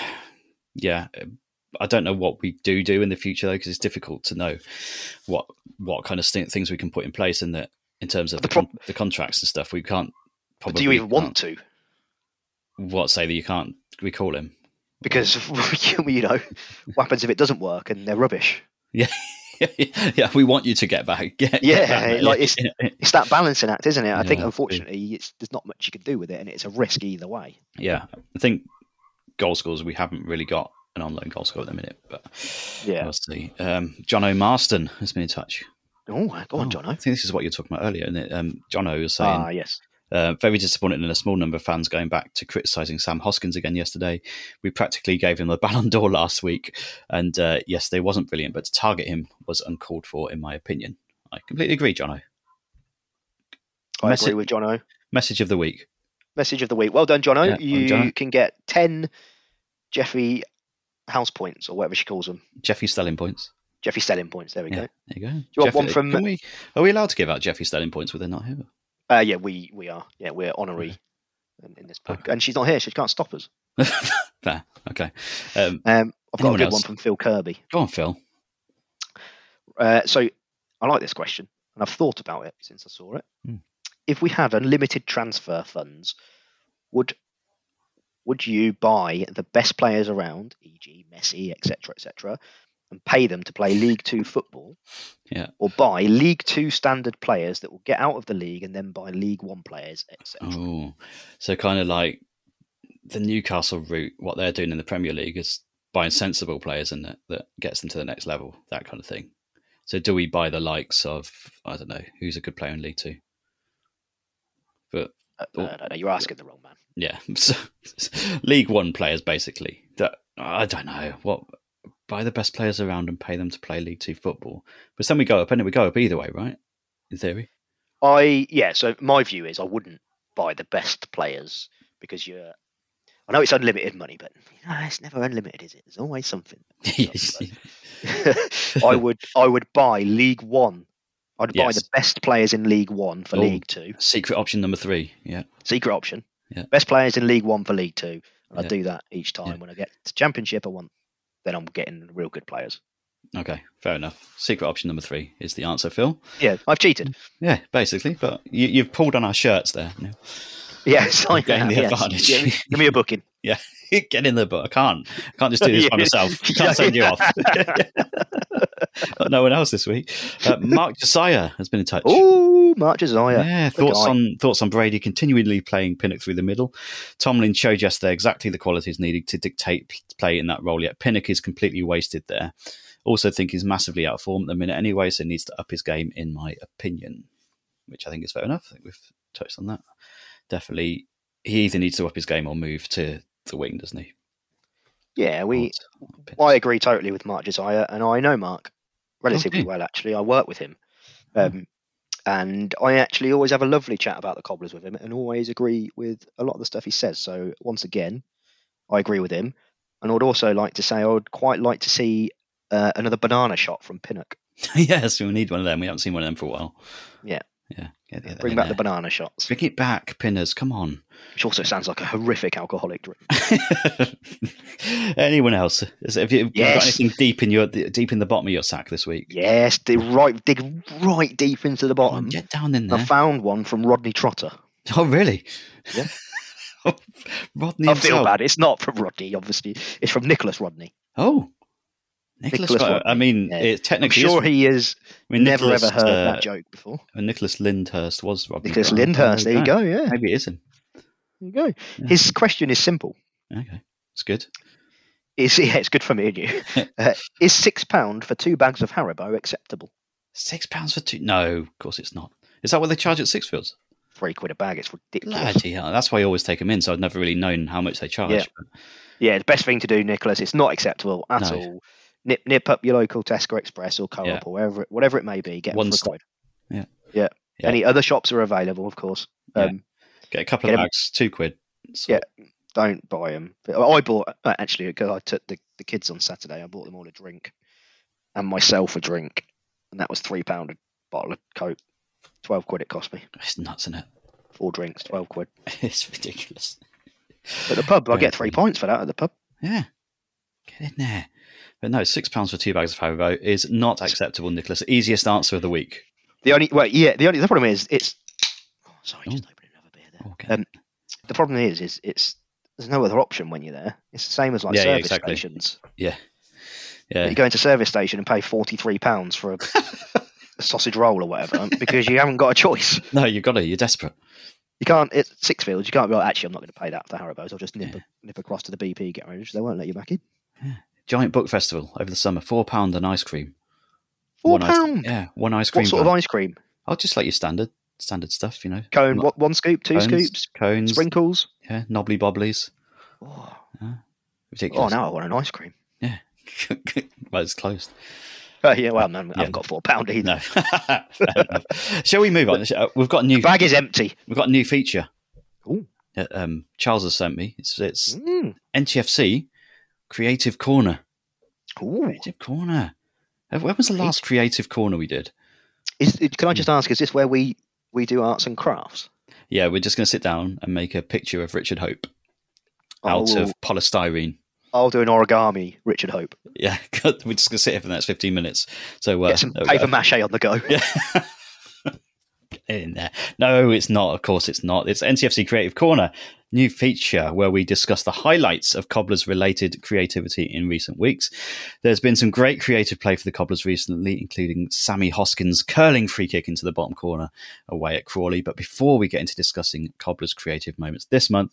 [SPEAKER 5] yeah, uh, I don't know what we do do in the future though, because it's difficult to know what what kind of st- things we can put in place in that in terms of the,
[SPEAKER 6] The
[SPEAKER 5] con-
[SPEAKER 6] prob-
[SPEAKER 5] the contracts and stuff. We can't. Probably
[SPEAKER 6] But do you even want to?
[SPEAKER 5] What say that you can't recall him?
[SPEAKER 6] Because you know, what happens if it doesn't work and they're rubbish?
[SPEAKER 5] Yeah. yeah, we want you to get back. Get, get
[SPEAKER 6] Yeah,
[SPEAKER 5] back, mate.
[SPEAKER 6] like it's- It's that balancing act, isn't it? I think
[SPEAKER 5] Yeah.
[SPEAKER 6] unfortunately, it's, there's not much you can do with it, and it's a risk either way.
[SPEAKER 5] yeah, I think goal scorers we haven't really got an online goal scorer at the minute, but
[SPEAKER 6] Yeah.
[SPEAKER 5] we'll see. Um, John O'Marston has been in touch.
[SPEAKER 6] Oh, go on, John.
[SPEAKER 5] I think this is what you were talking about earlier, isn't it? Um, John O was saying
[SPEAKER 6] Ah, yes.
[SPEAKER 5] uh, very disappointed in a small number of fans going back to criticising Sam Hoskins again yesterday. We practically gave him the Ballon d'Or last week, and uh, yesterday wasn't brilliant, but to target him was uncalled for, in my opinion. I completely agree, John O.
[SPEAKER 6] I
[SPEAKER 5] Messi-
[SPEAKER 6] agree with John O.
[SPEAKER 5] Message of the week.
[SPEAKER 6] message of the week. Well done, Jono.
[SPEAKER 5] Yeah, well
[SPEAKER 6] you
[SPEAKER 5] done.
[SPEAKER 6] can get 10 Jeffy house points or whatever she calls them.
[SPEAKER 5] Jeffy Stelling points.
[SPEAKER 6] Jeffy selling points. There we
[SPEAKER 5] Yeah,
[SPEAKER 6] go.
[SPEAKER 5] there you go.
[SPEAKER 6] you want one from-
[SPEAKER 5] can we- are we allowed to give out Jeffy Stelling points when they're not here?
[SPEAKER 6] Uh, yeah, we we are. Yeah, we're honorary in, in this podcast.
[SPEAKER 5] Okay.
[SPEAKER 6] And she's not here. She can't stop us.
[SPEAKER 5] Fair. Okay. Um,
[SPEAKER 6] Um, I've got
[SPEAKER 5] Anyone
[SPEAKER 6] a good
[SPEAKER 5] else?
[SPEAKER 6] one from Phil Kirby.
[SPEAKER 5] go on, Phil.
[SPEAKER 6] Uh, so I like this question, and I've thought about it since I saw it.
[SPEAKER 5] Hmm.
[SPEAKER 6] If we had unlimited transfer funds, would would you buy the best players around, e.g., Messi, etc., etc., and pay them to play League Two football,
[SPEAKER 5] Yeah.
[SPEAKER 6] or buy League Two standard players that will get out of the league and then buy League One players, etc.?
[SPEAKER 5] Oh, so kind of like the Newcastle route. What they're doing in the Premier League is buying sensible players, and that that gets them to the next level. That kind of thing. So do we buy the likes of I don't know who's a good player in League Two? But
[SPEAKER 6] Uh, no, no, no, you're asking the wrong man.
[SPEAKER 5] yeah, so, League One players basically. That I don't know what. Buy the best players around and pay them to play League Two football. But then we go up, and we go up either way, right? In theory.
[SPEAKER 6] I yeah. So my view is I wouldn't buy the best players because you're. I know it's unlimited money, but you know, it's never unlimited, is it? There's always something. I would I would buy League One. I'd buy
[SPEAKER 5] Yes.
[SPEAKER 6] the best players in League One for
[SPEAKER 5] Oh,
[SPEAKER 6] League Two.
[SPEAKER 5] Secret option number three. Yeah.
[SPEAKER 6] Secret option.
[SPEAKER 5] Yeah.
[SPEAKER 6] Best players in League One for League Two. And I
[SPEAKER 5] Yeah.
[SPEAKER 6] do that each time. When I get to Championship, I want then I'm getting real good players.
[SPEAKER 5] Okay. Fair enough. Secret option number three is the answer, Phil.
[SPEAKER 6] Yeah, I've cheated.
[SPEAKER 5] Yeah, basically. But you, you've pulled on our shirts there. Now.
[SPEAKER 6] Yes, I
[SPEAKER 5] Gain
[SPEAKER 6] have,
[SPEAKER 5] the
[SPEAKER 6] yes.
[SPEAKER 5] advantage.
[SPEAKER 6] Give me- Give me a booking.
[SPEAKER 5] Yeah. Get in the book. I can't. I can't just do this by
[SPEAKER 6] Yeah.
[SPEAKER 5] myself. I can't send you off. Got no one else this week. Uh, Mark Josiah has been in touch.
[SPEAKER 6] Ooh, Mark Josiah.
[SPEAKER 5] Yeah,
[SPEAKER 6] The
[SPEAKER 5] thoughts
[SPEAKER 6] guy.
[SPEAKER 5] on thoughts on Brady continually playing Pinnock through the middle. Tomlin showed yesterday exactly the qualities needed to dictate p- play in that role. Yet Pinnock is completely wasted there. Also, think he's massively out of form at the minute anyway, so needs to up his game, in my opinion. Which I think is fair enough. I think we've touched on that. Definitely, he either needs to up his game or move to the wing, doesn't he?
[SPEAKER 6] Yeah, we. I agree totally with Mark Josiah, and I know Mark relatively
[SPEAKER 5] Okay. Hmm.
[SPEAKER 6] well. Actually, I work with him, um, and I actually always have a lovely chat about the cobblers with him, and always agree with a lot of the stuff he says. So once again, I agree with him, and I'd also like to say I would quite like to see uh, another banana shot from Pinnock.
[SPEAKER 5] yes, we need one of them. We haven't seen one of them for a while.
[SPEAKER 6] Yeah,
[SPEAKER 5] Yeah, get that
[SPEAKER 6] bring
[SPEAKER 5] in
[SPEAKER 6] back
[SPEAKER 5] there.
[SPEAKER 6] the banana shots,
[SPEAKER 5] Bring it back, Pinners. Come on.
[SPEAKER 6] which also sounds like a horrific alcoholic drink.
[SPEAKER 5] Anyone else? Is- Have you have you got
[SPEAKER 6] Yes.
[SPEAKER 5] anything deep in your deep in the bottom of your sack this week?
[SPEAKER 6] Yes, dig right, dig right deep into Mm. the bottom.
[SPEAKER 5] Get down in
[SPEAKER 6] I
[SPEAKER 5] there.
[SPEAKER 6] found one from Rodney Trotter.
[SPEAKER 5] Oh, really?
[SPEAKER 6] Yeah.
[SPEAKER 5] Rodney.
[SPEAKER 6] I feel
[SPEAKER 5] himself.
[SPEAKER 6] bad. It's not from Rodney, obviously. It's from Nicholas Rodney.
[SPEAKER 5] Oh, Nicholas.
[SPEAKER 6] Nicholas
[SPEAKER 5] Ro- I
[SPEAKER 6] Rodney,
[SPEAKER 5] mean,
[SPEAKER 6] yeah.
[SPEAKER 5] it
[SPEAKER 6] I'm
[SPEAKER 5] technically.
[SPEAKER 6] sure
[SPEAKER 5] is,
[SPEAKER 6] he has
[SPEAKER 5] I mean,
[SPEAKER 6] never
[SPEAKER 5] Nicholas,
[SPEAKER 6] ever heard
[SPEAKER 5] uh,
[SPEAKER 6] that joke before.
[SPEAKER 5] Nicholas Lyndhurst was Rodney.
[SPEAKER 6] Nicholas
[SPEAKER 5] Grant.
[SPEAKER 6] Lyndhurst. There you go. Yeah, there
[SPEAKER 5] Maybe it isn't.
[SPEAKER 6] you go. His question is simple.
[SPEAKER 5] Okay, it's good.
[SPEAKER 6] Is yeah, it's good for me and you. Uh, is six pound for two bags of Haribo acceptable?
[SPEAKER 5] Six pounds for two? No, of course it's not. Is that what they charge at Sixfields?
[SPEAKER 6] Three quid a bag. It's ridiculous.
[SPEAKER 5] Bloody hell. That's why I always take them in, so I've never really known how much they charge.
[SPEAKER 6] Yeah. Yeah, the best thing to do, Nicholas. It's not acceptable at
[SPEAKER 5] No.
[SPEAKER 6] all. Nip nip up your local Tesco Express or Co-op
[SPEAKER 5] Yeah.
[SPEAKER 6] or wherever it- whatever it may be. Get 'em
[SPEAKER 5] One
[SPEAKER 6] for a
[SPEAKER 5] stop.
[SPEAKER 6] quid.
[SPEAKER 5] Yeah.
[SPEAKER 6] yeah.
[SPEAKER 5] Yeah.
[SPEAKER 6] Any other shops are available, of course.
[SPEAKER 5] Yeah.
[SPEAKER 6] Um,
[SPEAKER 5] Get a couple
[SPEAKER 6] Get
[SPEAKER 5] of
[SPEAKER 6] 'em-
[SPEAKER 5] bags, two quid. So,
[SPEAKER 6] Yeah. don't buy them. I bought uh, actually because I took the, the kids on Saturday. I bought them all a drink, and myself a drink, and that was three pound a bottle of Coke. Twelve quid it cost me.
[SPEAKER 5] It's nuts, isn't it?
[SPEAKER 6] Four drinks, twelve quid.
[SPEAKER 5] It's ridiculous.
[SPEAKER 6] At the pub, I
[SPEAKER 5] Yeah,
[SPEAKER 6] get three pints for that. At the pub,
[SPEAKER 5] Yeah. Get in there. But no, six pounds for two bags of Haribo is not acceptable, Nicholas. Easiest answer of the week.
[SPEAKER 6] the only well, yeah, the only the problem is it's. Oh, sorry, just
[SPEAKER 5] Oh.
[SPEAKER 6] opened another beer there.
[SPEAKER 5] Okay.
[SPEAKER 6] Um, The problem is, is it's there's no other option when you're there. It's the same as like
[SPEAKER 5] Yeah, yeah,
[SPEAKER 6] service
[SPEAKER 5] exactly.
[SPEAKER 6] stations.
[SPEAKER 5] yeah. Yeah.
[SPEAKER 6] You go into a service station and pay forty three pounds for a, a sausage roll or whatever because you haven't got a choice.
[SPEAKER 5] No, you've got to. You're desperate.
[SPEAKER 6] You can't at six fields. You can't be like, actually, I'm not going to pay that for Haribo's. I'll just nip a, nip across to the BP garage. They won't let you back in.
[SPEAKER 5] Giant book festival over the summer. Four pound and ice cream.
[SPEAKER 6] Four
[SPEAKER 5] One ice-
[SPEAKER 6] pound.
[SPEAKER 5] yeah, one ice cream.
[SPEAKER 6] what sort
[SPEAKER 5] van.
[SPEAKER 6] of ice cream?
[SPEAKER 5] I'll just like your standard, standard stuff. You know,
[SPEAKER 6] Cone.
[SPEAKER 5] Not-
[SPEAKER 6] What? One scoop. Two
[SPEAKER 5] cones,
[SPEAKER 6] scoops.
[SPEAKER 5] cones,
[SPEAKER 6] Sprinkles.
[SPEAKER 5] yeah, knobbly bobblies.
[SPEAKER 6] Oh, oh
[SPEAKER 5] Ridiculous.
[SPEAKER 6] now Oh, I want an ice cream.
[SPEAKER 5] Yeah. well, it's closed.
[SPEAKER 6] Oh yeah. Well, no, I haven't got four pound either.
[SPEAKER 5] No. Fair enough. Shall we move on? Sh- uh, We've got a new
[SPEAKER 6] Bag is empty.
[SPEAKER 5] we've got a new feature.
[SPEAKER 6] Ooh.
[SPEAKER 5] that, um, Charles has sent me. It's it's
[SPEAKER 6] Mm.
[SPEAKER 5] NTFC Creative Corner.
[SPEAKER 6] Ooh.
[SPEAKER 5] Creative Corner. Uh, When was the last Creative Corner we did?
[SPEAKER 6] Is, it-
[SPEAKER 5] Mm.
[SPEAKER 6] can I just ask? Is this where we we do arts and crafts?
[SPEAKER 5] Yeah, we're just going to sit down and make a picture of Richard Hope out
[SPEAKER 6] I'll,
[SPEAKER 5] of polystyrene.
[SPEAKER 6] I'll do an origami, Richard Hope.
[SPEAKER 5] Yeah, God, we're just going to sit here for the next fifteen minutes. So uh,
[SPEAKER 6] Get some
[SPEAKER 5] there we
[SPEAKER 6] paper
[SPEAKER 5] go.
[SPEAKER 6] mache on the go.
[SPEAKER 5] in there. No, it's not. Of course, it's not. It's NTFC Creative Corner, new feature where we discuss the highlights of Cobblers related creativity in recent weeks. There's been some great creative play for the Cobblers recently, including Sammy Hoskins' curling free kick into the bottom corner away at Crawley. But before we get into discussing Cobblers' creative moments this month,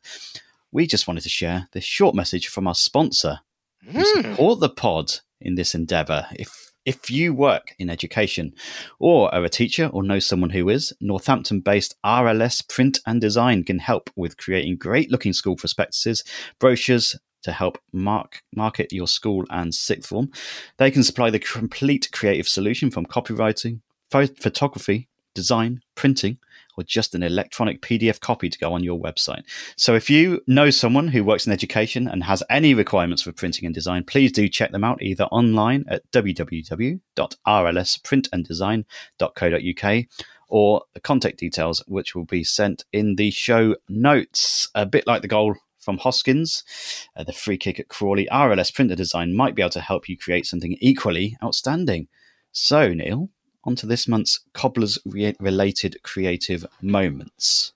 [SPEAKER 5] we just wanted to share this short message from our sponsor who support the pod in this endeavor. If if you work in education or are a teacher or know someone who is, Northampton based RLS Print and Design can help with creating great looking school prospectuses, brochures to help mark market your school and sixth form. They can supply the complete creative solution from copywriting, pho- photography, design, printing, or just an electronic PDF copy to go on your website. So if you know someone who works in education and has any requirements for printing and design, please do check them out either online at www.rlsprintanddesign.co.uk or the contact details, which will be sent in the show notes. A bit like the goal from Hoskins, uh, the free kick at Crawley, RLS Printer Design might be able to help you create something equally outstanding. So, Neil, on to this month's cobblers re- related creative moments.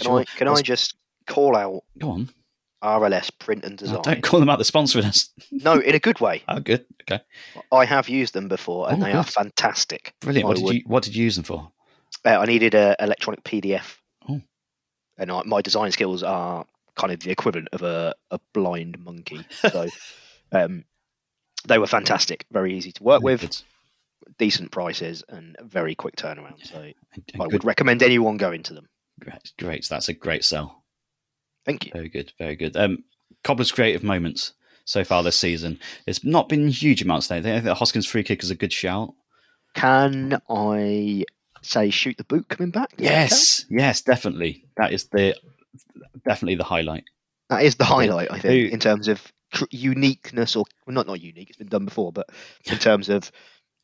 [SPEAKER 6] Can I, can I just call out
[SPEAKER 5] Go on.
[SPEAKER 6] RLS Print and Design?
[SPEAKER 5] No, Oh, don't call them out. They're sponsoring us.
[SPEAKER 6] No, in a good way.
[SPEAKER 5] Oh, good. Okay.
[SPEAKER 6] I have used them before, and
[SPEAKER 5] Oh,
[SPEAKER 6] they
[SPEAKER 5] good.
[SPEAKER 6] are fantastic.
[SPEAKER 5] Brilliant.
[SPEAKER 6] I
[SPEAKER 5] What did
[SPEAKER 6] would-
[SPEAKER 5] you What did you use them for?
[SPEAKER 6] Uh, I needed an electronic PDF,
[SPEAKER 5] Oh.
[SPEAKER 6] and I, my design skills are kind of the equivalent of a, a blind monkey. So um, they were fantastic, very easy to work with,
[SPEAKER 5] Good.
[SPEAKER 6] decent prices, and a very quick turnaround. So
[SPEAKER 5] And-
[SPEAKER 6] I
[SPEAKER 5] and
[SPEAKER 6] would
[SPEAKER 5] good-
[SPEAKER 6] recommend anyone go into them.
[SPEAKER 5] Great. Great. That's a great sell.
[SPEAKER 6] Thank you.
[SPEAKER 5] Very good. Very good. Um, Cobbler's creative moments so far this season. It's not been huge amounts though. The Hoskins free kick is a good shout.
[SPEAKER 6] Can I say shoot the boot coming back? Does that count?
[SPEAKER 5] Yes. Yes. Definitely. That is the definitely the highlight.
[SPEAKER 6] that is the highlight. I think
[SPEAKER 5] Who-
[SPEAKER 6] in terms of cr- uniqueness, or well, not not unique. It's been done before, but in terms of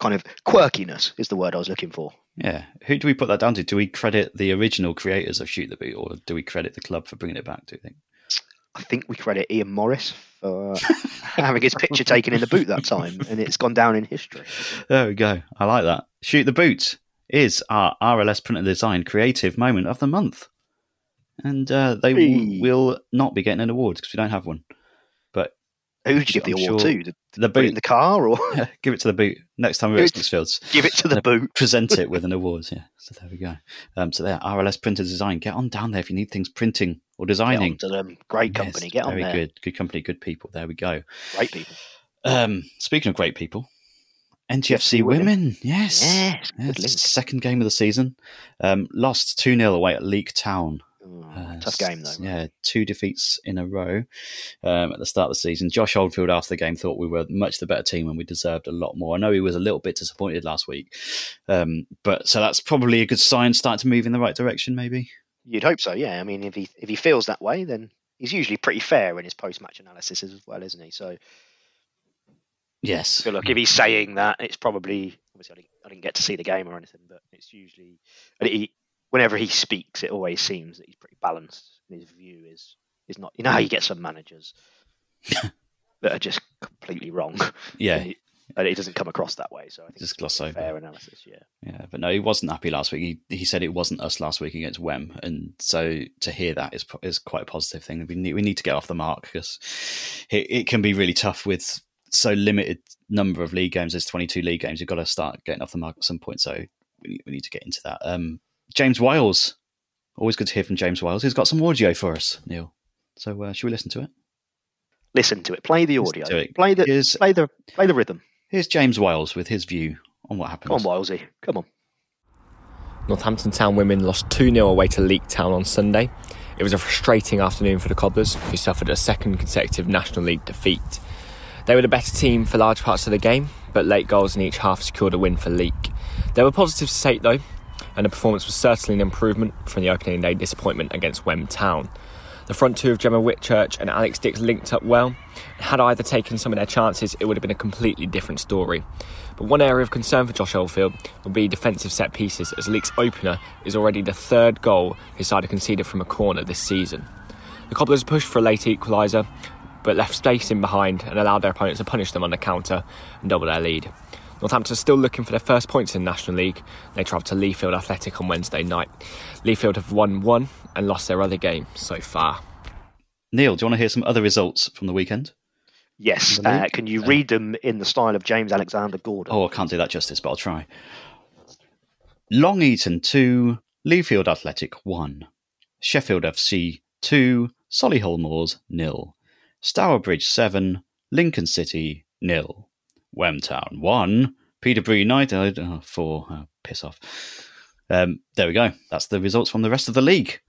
[SPEAKER 6] kind of quirkiness is the word I was looking for.
[SPEAKER 5] Yeah. Who do we put that down to? Do we credit the original creators of Shoot the Boot, or do we credit the club for bringing it back? Do you think?
[SPEAKER 6] I think we credit Ian Morris for having his picture taken in the boot that time, and it's gone down in history.
[SPEAKER 5] There we go. I like that. Shoot the boot is our RLS print and design creative moment of the month, and uh, they
[SPEAKER 6] Hey.
[SPEAKER 5] w- will not be getting an award because we don't have one. But
[SPEAKER 6] Who did you give the
[SPEAKER 5] I'm
[SPEAKER 6] award
[SPEAKER 5] sure
[SPEAKER 6] to? The,
[SPEAKER 5] the
[SPEAKER 6] boot in
[SPEAKER 5] boot,
[SPEAKER 6] the car, or
[SPEAKER 5] give it to the boot next time we're
[SPEAKER 6] Give
[SPEAKER 5] at
[SPEAKER 6] it to-
[SPEAKER 5] Smithfields.
[SPEAKER 6] give it to the boot?
[SPEAKER 5] present it with an award. Yeah, so there we go. Um, so there, RLS print and design. Get on down there if you need things printing or
[SPEAKER 6] Get
[SPEAKER 5] designing.
[SPEAKER 6] on to them. um, Great company.
[SPEAKER 5] Yes,
[SPEAKER 6] Get on
[SPEAKER 5] very
[SPEAKER 6] there.
[SPEAKER 5] good, good company, good people. There we go.
[SPEAKER 6] Great people.
[SPEAKER 5] Um, speaking of great people, NTFC women.
[SPEAKER 6] women.
[SPEAKER 5] Yes.
[SPEAKER 6] Yes.
[SPEAKER 5] Yeah,
[SPEAKER 6] Good
[SPEAKER 5] it's
[SPEAKER 6] link.
[SPEAKER 5] the second game of the season. Um, lost 2 0 away at Leek Town.
[SPEAKER 6] Oh,
[SPEAKER 5] Uh,
[SPEAKER 6] tough game though.
[SPEAKER 5] Yeah, two defeats in a row um, at the start of the season. Josh Oldfield, after the game, thought we were much the better team and we deserved a lot more. I know he was a little bit disappointed last week, um, but so that's probably a good sign. Start to move in the right direction, maybe.
[SPEAKER 6] You'd hope so. Yeah. I mean, if he if he feels that way, then he's usually pretty fair in his post match analysis as well, isn't he? So
[SPEAKER 5] Yes.
[SPEAKER 6] So look, if he's saying that, it's probably obviously I didn't, I didn't get to see the game or anything, but it's usually and he, whenever he speaks, it always seems that he's pretty balanced. And his view is is not. You know how you get some managers that are just completely wrong.
[SPEAKER 5] Yeah.
[SPEAKER 6] and he, and it doesn't come across that way. So I think
[SPEAKER 5] Just
[SPEAKER 6] it's
[SPEAKER 5] gloss
[SPEAKER 6] a
[SPEAKER 5] over.
[SPEAKER 6] fair analysis. Yeah,
[SPEAKER 5] Yeah, but no, he wasn't happy last week. He, he said it wasn't us last week against Wem, and so to hear that is pro- is quite a positive thing. We need we need to get off the mark because it, it can be really tough with so limited number of league games. There's 22 league games. You've got to start getting off the mark at some point. So we need, we need to get into that. Um, James Wiles, always good to hear from James Wiles. He's got some audio for us, Neil. So uh, should we listen to it?
[SPEAKER 6] listen to it. Play the
[SPEAKER 5] Listen
[SPEAKER 6] audio.
[SPEAKER 5] to it.
[SPEAKER 6] Play the
[SPEAKER 5] Here's-
[SPEAKER 6] play the play the rhythm.
[SPEAKER 5] Here's James Wiles with his view on what happened.
[SPEAKER 6] Come on, Wilesy. Come on.
[SPEAKER 8] Northampton Town women lost 2 0 away to Leek Town on Sunday. It was a frustrating afternoon for the Cobblers, who suffered a second consecutive National League defeat. They were the better team for large parts of the game, but late goals in each half secured a win for Leek. There were positives to take though, and the performance was certainly an improvement from the opening day disappointment against Wem Town. The front two of Gemma Whitchurch and Alex Dix linked up well. Had either taken some of their chances, it would have been a completely different story. But one area of concern for Josh Oldfield will be defensive set pieces, as Leek's opener is already the third goal his side have conceded from a corner this season. The Cobblers pushed for a late equaliser, but left space in behind and allowed their opponents to punish them on the counter and double their lead. Northampton are still looking for their first points in the National League. They travel to Leafield Athletic on Wednesday night. Leafield have won one and lost their other game so far.
[SPEAKER 5] Neil, do you want to hear some other results from the weekend?
[SPEAKER 6] Yes.
[SPEAKER 5] The
[SPEAKER 6] Uh,
[SPEAKER 5] league?
[SPEAKER 6] can you read them in the style of James Alexander Gordon?
[SPEAKER 5] Oh, I can't do that justice, but I'll try. Long Eaton 2, Leafield Athletic 1, Sheffield FC 2, Solihull Moors 0, Stourbridge 7, Lincoln City 0, Wemtown 1, Peterborough United uh, 4. Oh, piss off. Um, there we go. That's the results from the rest of the league.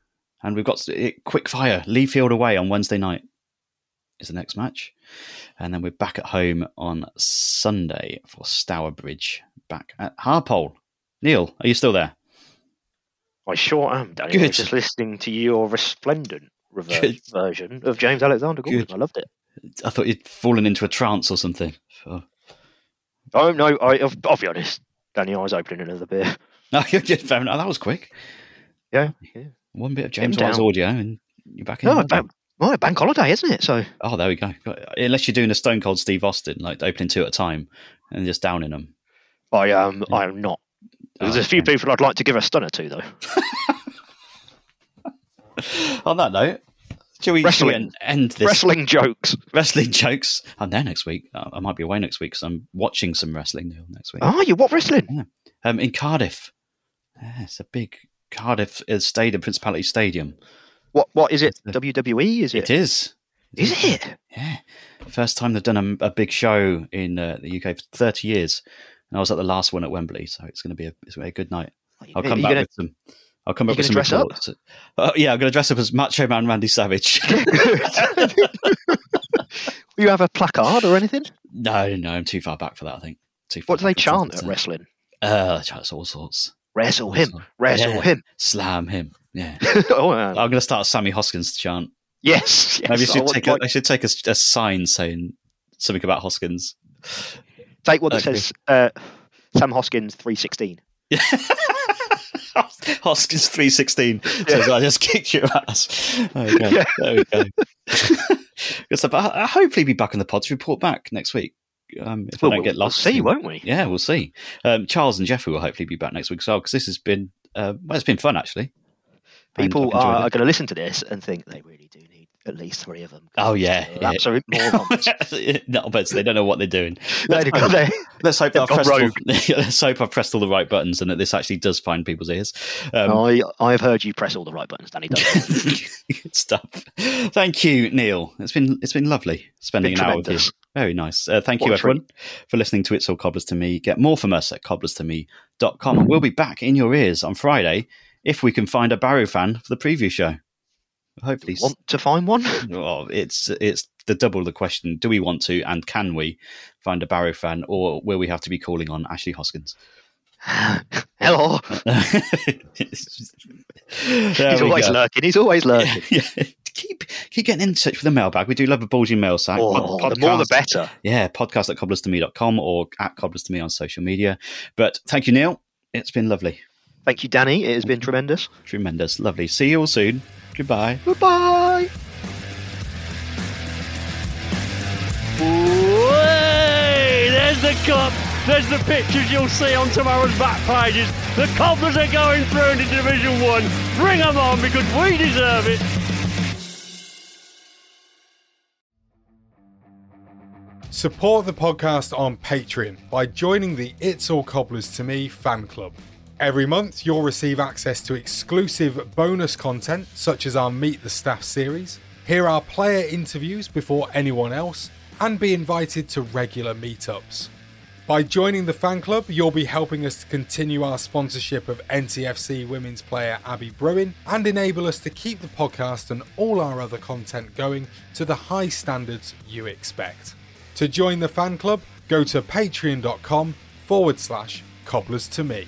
[SPEAKER 5] And we've got it quick fire. Leafield away on Wednesday night is the next match. And then we're back at home on Sunday for Stourbridge, back at Harpole. Neil, are you still there?
[SPEAKER 6] I sure am, Danny. I
[SPEAKER 5] Good.
[SPEAKER 6] was just listening to your resplendent
[SPEAKER 5] Good.
[SPEAKER 6] reverse version of James Alexander Gordon.
[SPEAKER 5] Good.
[SPEAKER 6] I loved it.
[SPEAKER 5] I thought you'd fallen into a trance or something. Oh.
[SPEAKER 6] Oh no, I, I'll, I'll be honest, Danny. I was opening another beer.
[SPEAKER 5] No, you're good, fair enough. That was quick.
[SPEAKER 6] Yeah.
[SPEAKER 5] One bit of James
[SPEAKER 6] down. Oh,
[SPEAKER 5] White's audio and you're back in.
[SPEAKER 6] No, bank, well, bank holiday, isn't it? So
[SPEAKER 5] Oh, there we go. Unless you're doing a Stone Cold Steve Austin, like opening two at a time and just downing them.
[SPEAKER 6] I am. I am not.
[SPEAKER 5] Oh,
[SPEAKER 6] There's a few people I'd like to give a stunner to, though.
[SPEAKER 5] Uh, On that note, shall we, shall we
[SPEAKER 6] Wrestling.
[SPEAKER 5] end, end this?
[SPEAKER 6] Wrestling jokes.
[SPEAKER 5] Wrestling jokes. I'm there next week. I I might be away next week because I'm watching some wrestling Neil, next week.
[SPEAKER 6] Are you? What wrestling?
[SPEAKER 5] Um, in Cardiff. Yeah, it's a big Cardiff uh, Stadium, Principality Stadium.
[SPEAKER 6] What? What is it? WWE? Is it?
[SPEAKER 5] It is.
[SPEAKER 6] Is it?
[SPEAKER 5] First time they've done a, a big show in uh, the UK for 30 years, and I was at the last one at Wembley, so it's going to be a, it's gonna be a good night. I'll
[SPEAKER 6] Are
[SPEAKER 5] come
[SPEAKER 6] you
[SPEAKER 5] back
[SPEAKER 6] gonna-
[SPEAKER 5] with some. I'll come
[SPEAKER 6] you
[SPEAKER 5] back with some
[SPEAKER 6] gonna dress up?
[SPEAKER 5] reports. Uh, yeah, I'm going to dress up as Macho Man Randy Savage.
[SPEAKER 6] You have a placard or anything?
[SPEAKER 5] no, no, I'm too far back for that. I think. Too far
[SPEAKER 6] What do they
[SPEAKER 5] back.
[SPEAKER 6] chant at wrestling?
[SPEAKER 5] Uh, they chant all sorts.
[SPEAKER 6] Wrestle
[SPEAKER 5] All
[SPEAKER 6] him.
[SPEAKER 5] sorts.
[SPEAKER 6] Wrestle
[SPEAKER 5] Yeah.
[SPEAKER 6] him.
[SPEAKER 5] Slam him. Yeah.
[SPEAKER 6] oh, yeah.
[SPEAKER 5] I'm going to start a Sammy Hoskins chant.
[SPEAKER 6] yes. yes.
[SPEAKER 5] Maybe I
[SPEAKER 6] I
[SPEAKER 5] should
[SPEAKER 6] would
[SPEAKER 5] take.
[SPEAKER 6] like-
[SPEAKER 5] a, I should take a, a sign saying something about Hoskins.
[SPEAKER 6] take one that
[SPEAKER 5] Okay.
[SPEAKER 6] says uh, Sam Hoskins three sixteen.
[SPEAKER 5] Hoskins three sixteen says I just kicked your ass. Okay,
[SPEAKER 6] Yeah.
[SPEAKER 5] there we go. Good stuff. I- I'll hopefully be back on the pod to report back next week. Um, if
[SPEAKER 6] Well,
[SPEAKER 5] I don't
[SPEAKER 6] we'll-
[SPEAKER 5] get lost,
[SPEAKER 6] we'll see,
[SPEAKER 5] in-
[SPEAKER 6] won't we?
[SPEAKER 5] Yeah, we'll see. Um, Charles and Jeffrey will hopefully be back next week as well because this has been uh, well, it's been fun actually. And
[SPEAKER 6] People
[SPEAKER 5] I've enjoyed
[SPEAKER 6] are,
[SPEAKER 5] it.
[SPEAKER 6] are going to listen to this and think they really do need at least three of them.
[SPEAKER 5] Oh yeah,
[SPEAKER 6] They're absolute morons.
[SPEAKER 5] no, but they don't know what they're doing.
[SPEAKER 6] They've got their-
[SPEAKER 5] Let's hope
[SPEAKER 6] they've
[SPEAKER 5] I've
[SPEAKER 6] gone
[SPEAKER 5] pressed all,
[SPEAKER 6] rogue.
[SPEAKER 5] let's hope I've pressed all the right buttons and that this actually does find people's ears. Um,
[SPEAKER 6] I I've heard you press all the right buttons, Danny. Don't you?
[SPEAKER 5] Good stuff. Thank you, Neil. It's been it's been lovely spending
[SPEAKER 6] Been
[SPEAKER 5] an hour with you.
[SPEAKER 6] tremendous.
[SPEAKER 5] Very nice. Uh, thank you,
[SPEAKER 6] What a treat.
[SPEAKER 5] everyone, for listening to It's All Cobblers to Me. Get more from us at cobblerstome.com. And we'll be back in your ears on Friday if we can find a Barrow fan for the preview show. Hopefully,
[SPEAKER 6] Want to find one?
[SPEAKER 5] well, it's it's the double the question. Do we want to and can we find a Barrow fan or will we have to be calling on Ashley Hoskins?
[SPEAKER 6] Hello.
[SPEAKER 5] There
[SPEAKER 6] He's
[SPEAKER 5] we
[SPEAKER 6] always
[SPEAKER 5] go.
[SPEAKER 6] lurking. He's always lurking.
[SPEAKER 5] yeah. Keep keep getting in touch with the mailbag. We do love a bulging mail sack.
[SPEAKER 6] Oh,
[SPEAKER 5] Pod-
[SPEAKER 6] the more the
[SPEAKER 5] podcast-
[SPEAKER 6] better.
[SPEAKER 5] Yeah, podcast at cobblerstome.com or at cobblers to me on social media. But thank you, Neil. It's been lovely.
[SPEAKER 6] Thank you, Danny. It has been tremendous.
[SPEAKER 5] Tremendous. Lovely. See you all soon. Goodbye.
[SPEAKER 6] Goodbye.
[SPEAKER 4] Way! There's the cup. There's the pictures you'll see on tomorrow's back pages. The Cobblers are going through into Division 1. Bring them on because we deserve it.
[SPEAKER 9] Support the podcast on Patreon by joining the It's All Cobblers to Me fan club. Every month, you'll receive access to exclusive bonus content such as our Meet the Staff series, hear our player interviews before anyone else, and be invited to regular meetups. By joining the fan club, you'll be helping us to continue our sponsorship of NTFC women's player Abby Bruin and enable us to keep the podcast and all our other content going to the high standards you expect. To join the fan club, go to patreon.com forward slash cobblers to me.